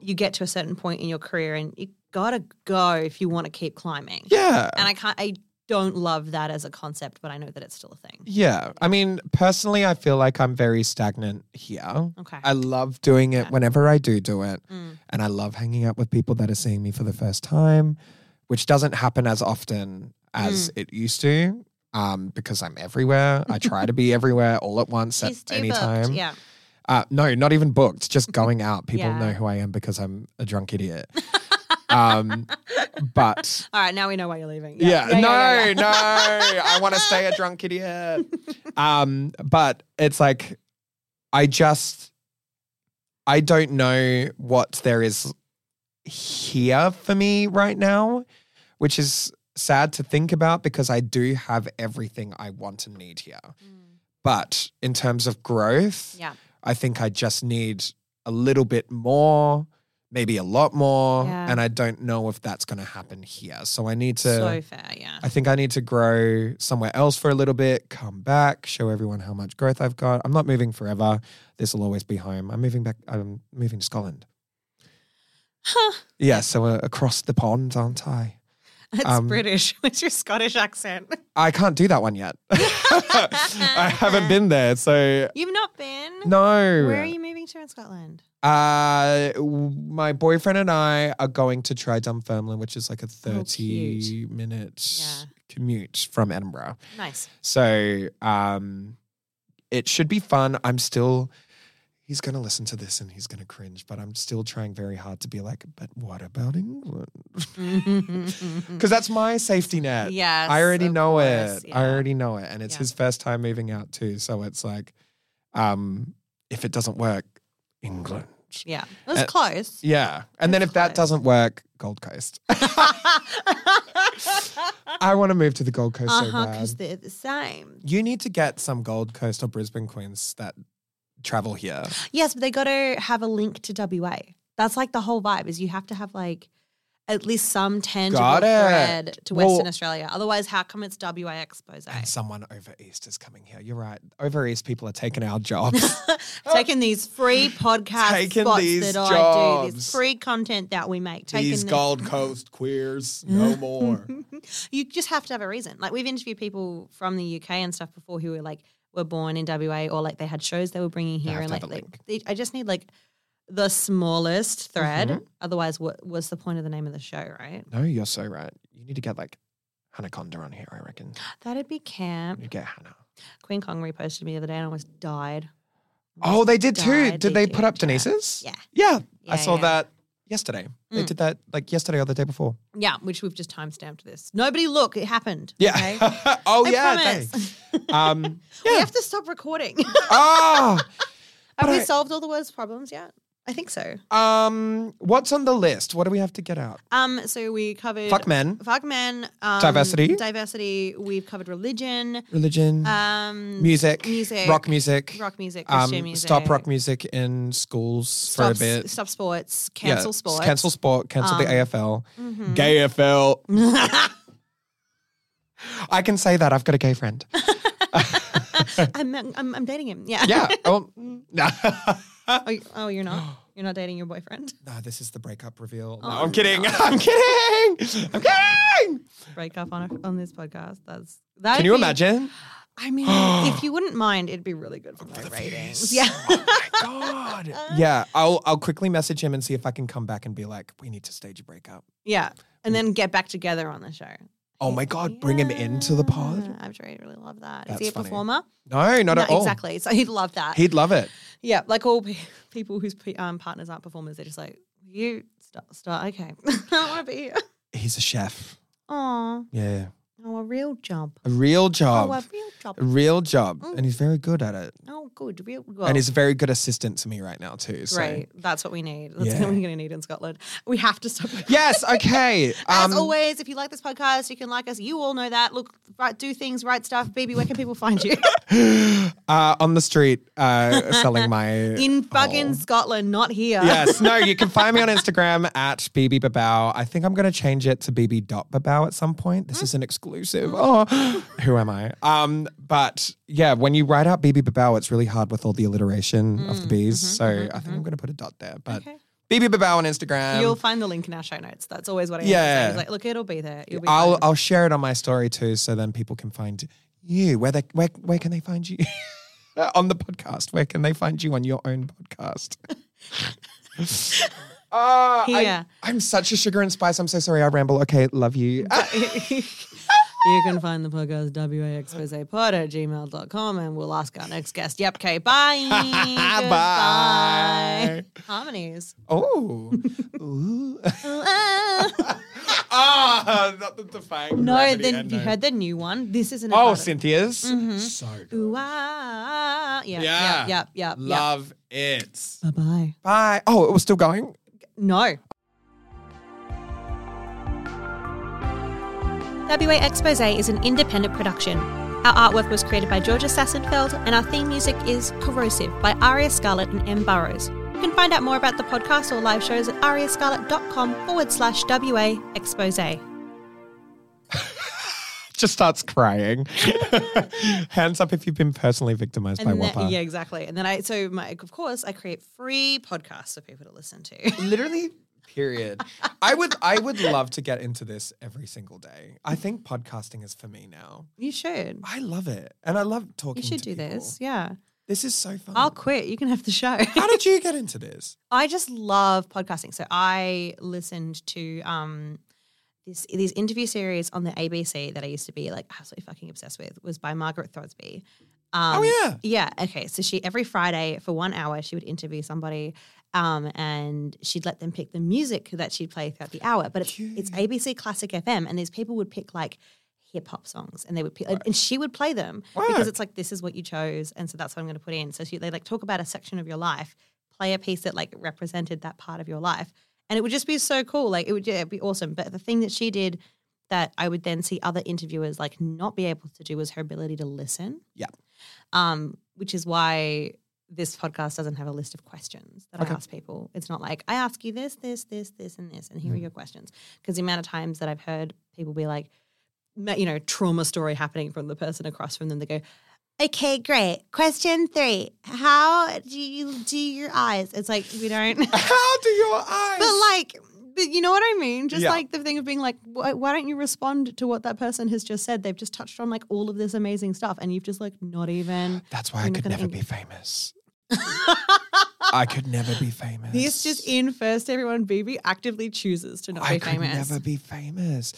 [SPEAKER 3] you get to a certain point in your career and you gotta go if you want to keep climbing.
[SPEAKER 4] yeah.
[SPEAKER 3] And I can't. I don't love that as a concept, but I know that it's still a thing.
[SPEAKER 4] Yeah. I mean, personally, I feel like I'm very stagnant here.
[SPEAKER 3] Okay. Mm.
[SPEAKER 4] I love doing it whenever I do do it. And I love hanging out with people that are seeing me for the first time, which doesn't happen as often
[SPEAKER 3] Mm.
[SPEAKER 4] as it used to um, because I'm everywhere. I try to be everywhere all at once
[SPEAKER 3] She's
[SPEAKER 4] at
[SPEAKER 3] too
[SPEAKER 4] any
[SPEAKER 3] booked.
[SPEAKER 4] time.
[SPEAKER 3] Yeah.
[SPEAKER 4] Uh, no, not even booked. Just going out. People
[SPEAKER 3] Yeah.
[SPEAKER 4] know who I am because I'm a drunk idiot. um, but
[SPEAKER 3] All right, now we know why you're leaving.
[SPEAKER 4] yeah, no,
[SPEAKER 3] yeah, yeah.
[SPEAKER 4] no, I want to stay a drunk idiot. um, but it's like, I just, I don't know what there is here for me right now, which is sad to think about because I do have everything I want and need here. But in terms of growth,
[SPEAKER 3] Yeah.
[SPEAKER 4] I think I just need a little bit more, maybe a lot more.
[SPEAKER 3] Yeah.
[SPEAKER 4] And I don't know if that's going to happen here. So I need to,
[SPEAKER 3] So fair, yeah.
[SPEAKER 4] I think I need to grow somewhere else for a little bit, come back, show everyone how much growth I've got. I'm not moving forever. This will always be home. I'm moving back, I'm moving to Scotland. Yeah. So uh, across the pond, aren't I?
[SPEAKER 3] It's
[SPEAKER 4] um,
[SPEAKER 3] British. What's your Scottish accent?
[SPEAKER 4] I can't do that one yet. I haven't been there. So,
[SPEAKER 3] You've not been?
[SPEAKER 4] no.
[SPEAKER 3] Where are you moving to in Scotland?
[SPEAKER 4] Uh, w- my boyfriend and I are going to try Dunfermline, which is like a thirty minute
[SPEAKER 3] Oh, Yeah.
[SPEAKER 4] commute from Edinburgh.
[SPEAKER 3] Nice.
[SPEAKER 4] So, um, it should be fun. I'm still. He's gonna listen to this and he's gonna cringe, but I'm still trying very hard to be like, but what about England? Because that's my safety net.
[SPEAKER 3] Mm. Yes,
[SPEAKER 4] uh, I already
[SPEAKER 3] of
[SPEAKER 4] know
[SPEAKER 3] course,
[SPEAKER 4] it. I
[SPEAKER 3] yeah.
[SPEAKER 4] already know it, and it's
[SPEAKER 3] Yeah.
[SPEAKER 4] his first time moving out too. So it's like, um, if it doesn't work, England.
[SPEAKER 3] Yeah. It was
[SPEAKER 4] Uh,
[SPEAKER 3] close.
[SPEAKER 4] Yeah. And then if
[SPEAKER 3] Coast.
[SPEAKER 4] that doesn't work, Gold Coast. I want to move to the Gold Coast
[SPEAKER 3] Uh
[SPEAKER 4] so
[SPEAKER 3] huh, because
[SPEAKER 4] bad.
[SPEAKER 3] they're the same.
[SPEAKER 4] You need to get some Gold Coast or Brisbane queens that travel here.
[SPEAKER 3] Yes, but they got to have a link to WA. That's like the whole vibe is you have to have like at least some tangible
[SPEAKER 4] Got it.
[SPEAKER 3] thread to Western
[SPEAKER 4] Well-
[SPEAKER 3] Australia. Otherwise, how come it's WA expose?
[SPEAKER 4] And someone over East is coming here. You're right. Over East people are taking our jobs.
[SPEAKER 3] Taking these free podcast
[SPEAKER 4] Taking
[SPEAKER 3] spots
[SPEAKER 4] these
[SPEAKER 3] that I do, this
[SPEAKER 4] jobs.
[SPEAKER 3] free content that we make. Taking
[SPEAKER 4] These
[SPEAKER 3] the-
[SPEAKER 4] Gold Coast queers, no more.
[SPEAKER 3] you just have to have a reason. Like we've interviewed people from the UK and stuff before who were like were born in WA or like they had shows they were bringing here
[SPEAKER 4] have
[SPEAKER 3] and
[SPEAKER 4] to
[SPEAKER 3] like,
[SPEAKER 4] have a
[SPEAKER 3] like they, I just need like the smallest thread.
[SPEAKER 4] Mm-hmm.
[SPEAKER 3] Otherwise, what was the point of the name of the show, right?
[SPEAKER 4] no, you're so right. You need to get like Hannah Conda on here, I reckon.
[SPEAKER 3] That'd be camp.
[SPEAKER 4] You get Hannah.
[SPEAKER 3] Queen Kong reposted me the other day and I almost died.
[SPEAKER 4] Oh, they did too.
[SPEAKER 3] died,
[SPEAKER 4] Did
[SPEAKER 3] they
[SPEAKER 4] they,
[SPEAKER 3] did,
[SPEAKER 4] put up
[SPEAKER 3] yeah.
[SPEAKER 4] Denise's?
[SPEAKER 3] Yeah.
[SPEAKER 4] Yeah.
[SPEAKER 3] Yeah,
[SPEAKER 4] I saw
[SPEAKER 3] yeah. Mm.
[SPEAKER 4] that yesterday. They did that like yesterday or the day before.
[SPEAKER 3] Yeah, which we've just timestamped this. Nobody look, it happened.
[SPEAKER 4] Yeah.
[SPEAKER 3] okay?
[SPEAKER 4] oh
[SPEAKER 3] I
[SPEAKER 4] yeah.
[SPEAKER 3] promise.
[SPEAKER 4] they- Um
[SPEAKER 3] we have to stop recording.
[SPEAKER 4] ah,
[SPEAKER 3] have we
[SPEAKER 4] I-
[SPEAKER 3] solved all the words problems yet? I think so.
[SPEAKER 4] um what's on the list? What do we have to get out?
[SPEAKER 3] Um, so we covered
[SPEAKER 4] Fuck men,
[SPEAKER 3] fuck men, um,
[SPEAKER 4] Diversity.
[SPEAKER 3] diversity. We've covered religion,
[SPEAKER 4] religion,
[SPEAKER 3] um,
[SPEAKER 4] music,
[SPEAKER 3] music,
[SPEAKER 4] rock music.
[SPEAKER 3] rock music,
[SPEAKER 4] Um,
[SPEAKER 3] Christian music.
[SPEAKER 4] stop rock music in schools
[SPEAKER 3] Stop,
[SPEAKER 4] for a bit.
[SPEAKER 3] stop sports.
[SPEAKER 4] Yeah,
[SPEAKER 3] Cancel sports.
[SPEAKER 4] Cancel sport. Cancel the
[SPEAKER 3] Um,
[SPEAKER 4] AFL. Gay AFL. I can say that. I've got a gay friend.
[SPEAKER 3] I'm, I'm, I'm dating him. Yeah.
[SPEAKER 4] Yeah. oh, mm, nah.
[SPEAKER 3] oh, you- oh, you're not. You're not dating your boyfriend.
[SPEAKER 4] Nah, this is the breakup reveal. No,
[SPEAKER 3] Oh,
[SPEAKER 4] I'm kidding. I'm kidding. I'm kidding.
[SPEAKER 3] Break up on a, on this podcast. That's that.
[SPEAKER 4] Can you imagine?
[SPEAKER 3] I mean, if you wouldn't mind, it'd be really good for my ratings. Yeah.
[SPEAKER 4] God.
[SPEAKER 3] Uh.
[SPEAKER 4] Yeah, I'll I'll quickly message him and see if I can come back and be like, we need to stage a breakup.
[SPEAKER 3] Yeah. And then get back together on the show.
[SPEAKER 4] Oh my God, bring him into the pod?
[SPEAKER 3] Yeah, I'm sure he'd really love that. Is
[SPEAKER 4] Oh, That's
[SPEAKER 3] he a
[SPEAKER 4] funny.
[SPEAKER 3] performer?
[SPEAKER 4] No, not
[SPEAKER 3] no,
[SPEAKER 4] at all.
[SPEAKER 3] exactly. So he'd love that.
[SPEAKER 4] He'd love it.
[SPEAKER 3] Yeah, like all pe- people whose pe- um, partners aren't performers, they're just like, you start, start okay. I don't want to be here.
[SPEAKER 4] He's a chef.
[SPEAKER 3] Aw,
[SPEAKER 4] Yeah,
[SPEAKER 3] oh, a real job.
[SPEAKER 4] a real job,
[SPEAKER 3] Oh, Mm. a real job.
[SPEAKER 4] a real job, and he's very good at it.
[SPEAKER 3] Oh, good, real job.
[SPEAKER 4] And he's a very good assistant to me right now too. So.
[SPEAKER 3] great. That's what we need. That's
[SPEAKER 4] Yeah.
[SPEAKER 3] what we're going to need in Scotland. We have to stop.
[SPEAKER 4] Yes. Okay.
[SPEAKER 3] As
[SPEAKER 4] Um,
[SPEAKER 3] always, if you like this podcast, you can like us. You all know that. Look, right, do things, write stuff. BB, where can people find you?
[SPEAKER 4] uh, on the street, uh, selling my
[SPEAKER 3] in fucking
[SPEAKER 4] hole.
[SPEAKER 3] Scotland, not here.
[SPEAKER 4] Oh. yes. No, you can find me on Instagram at BB Babao. I think I'm going to change it to BB.Babao at some point. This is an exclusive. Oh, who am I? Um, but yeah, when you write
[SPEAKER 3] Mm,
[SPEAKER 4] out BB Babao, it's really hard with all the alliteration of the B's. so I think I'm going to put a dot there. But
[SPEAKER 3] mm-hmm, Okay.
[SPEAKER 4] BB Babao on Instagram.
[SPEAKER 3] You'll find the link in our show notes. That's always what I yeah.
[SPEAKER 4] Yeah.
[SPEAKER 3] say. It's like, look, it'll be there. You'll be
[SPEAKER 4] I'll
[SPEAKER 3] fine.
[SPEAKER 4] I'll share it on my story too, so then people can find you. Where they where where can they find you on the podcast? Where can they find you on your own podcast? Ah, I-
[SPEAKER 3] Here.
[SPEAKER 4] I'm such a sugar and spice. I'm so sorry. I ramble. Okay, love you.
[SPEAKER 3] you can find the podcast waexposepod at gmail.com and we'll ask our next guest. Yep, okay. Bye. Goodbye. Harmonies.
[SPEAKER 4] oh, Ooh. ah, not the defying.
[SPEAKER 3] No,
[SPEAKER 4] gravity, I
[SPEAKER 3] then you
[SPEAKER 4] know.
[SPEAKER 3] heard the new one. This isn't
[SPEAKER 4] Oh,
[SPEAKER 3] about it.
[SPEAKER 4] Cynthia's so good.
[SPEAKER 3] Ooh, ah. Yeah, yeah,
[SPEAKER 4] Yeah.
[SPEAKER 3] yeah, yeah.
[SPEAKER 4] love it.
[SPEAKER 3] Bye bye.
[SPEAKER 4] Bye. Oh, it was still going.
[SPEAKER 3] No. WA Expose is an independent production. Our artwork was created by Georgia Sassenfeld, and our theme music is Corrosive by Aria Scarlett and M. Burrows. You can find out more about the podcast or live shows at ariascarlett.com forward slash WA Expose.
[SPEAKER 4] just starts crying. Hands up if you've been personally victimized by
[SPEAKER 3] And then,
[SPEAKER 4] Whopper.
[SPEAKER 3] yeah, exactly. And then I, so my, of course, I create free podcasts for people to listen to.
[SPEAKER 4] Literally, period. I would I would love to get into this every single day. I think podcasting is for me now.
[SPEAKER 3] You should.
[SPEAKER 4] I love it. And I love talking
[SPEAKER 3] You should do this. Yeah.
[SPEAKER 4] This is so fun.
[SPEAKER 3] I'll quit. You can have the show.
[SPEAKER 4] How did you get into this?
[SPEAKER 3] I just love podcasting. So I listened to um this these interview series on the ABC that I used to be like absolutely fucking obsessed with was by Margaret Throsby. Um,
[SPEAKER 4] Oh, yeah.
[SPEAKER 3] yeah. Okay, so she every Friday for one hour she would interview somebody, um, and she'd let them pick the music that she'd play throughout the hour. But it's, it's ABC Classic FM, and these people would pick like hip hop songs, and they would pick, and she would play them because
[SPEAKER 4] Right.
[SPEAKER 3] it's like this is what you chose, and so that's what I'm going to put in. So she, they like talk about a section of your life, play a piece that like represented that part of your life, and it would just be so cool. Like it would yeah, it'd be awesome. But the thing that she did. That I would then see other interviewers like not be able to do was her ability to listen um, which is why this podcast doesn't have a list of questions that I ask people. It's not like I ask you this, this, this, this, and this, and here are your questions. Because the amount of times that I've heard people be like, ma- you know, trauma story happening from the person across from them, they go, "Okay, great. Question three: How do you do your eyes?" It's like we don't.
[SPEAKER 4] How do your eyes?
[SPEAKER 3] But like, but you know what I mean? Just
[SPEAKER 4] Yeah.
[SPEAKER 3] like the thing of being like, why, why don't you respond to what that person has just said? They've just touched on like all of this amazing stuff, and you've just like not even.
[SPEAKER 4] That's why
[SPEAKER 3] you're
[SPEAKER 4] I
[SPEAKER 3] not
[SPEAKER 4] could
[SPEAKER 3] gonna
[SPEAKER 4] never
[SPEAKER 3] eng-
[SPEAKER 4] be famous. I could never be famous.
[SPEAKER 3] This just in first, everyone. BB actively chooses to not
[SPEAKER 4] I
[SPEAKER 3] be
[SPEAKER 4] could
[SPEAKER 3] famous.
[SPEAKER 4] never be famous.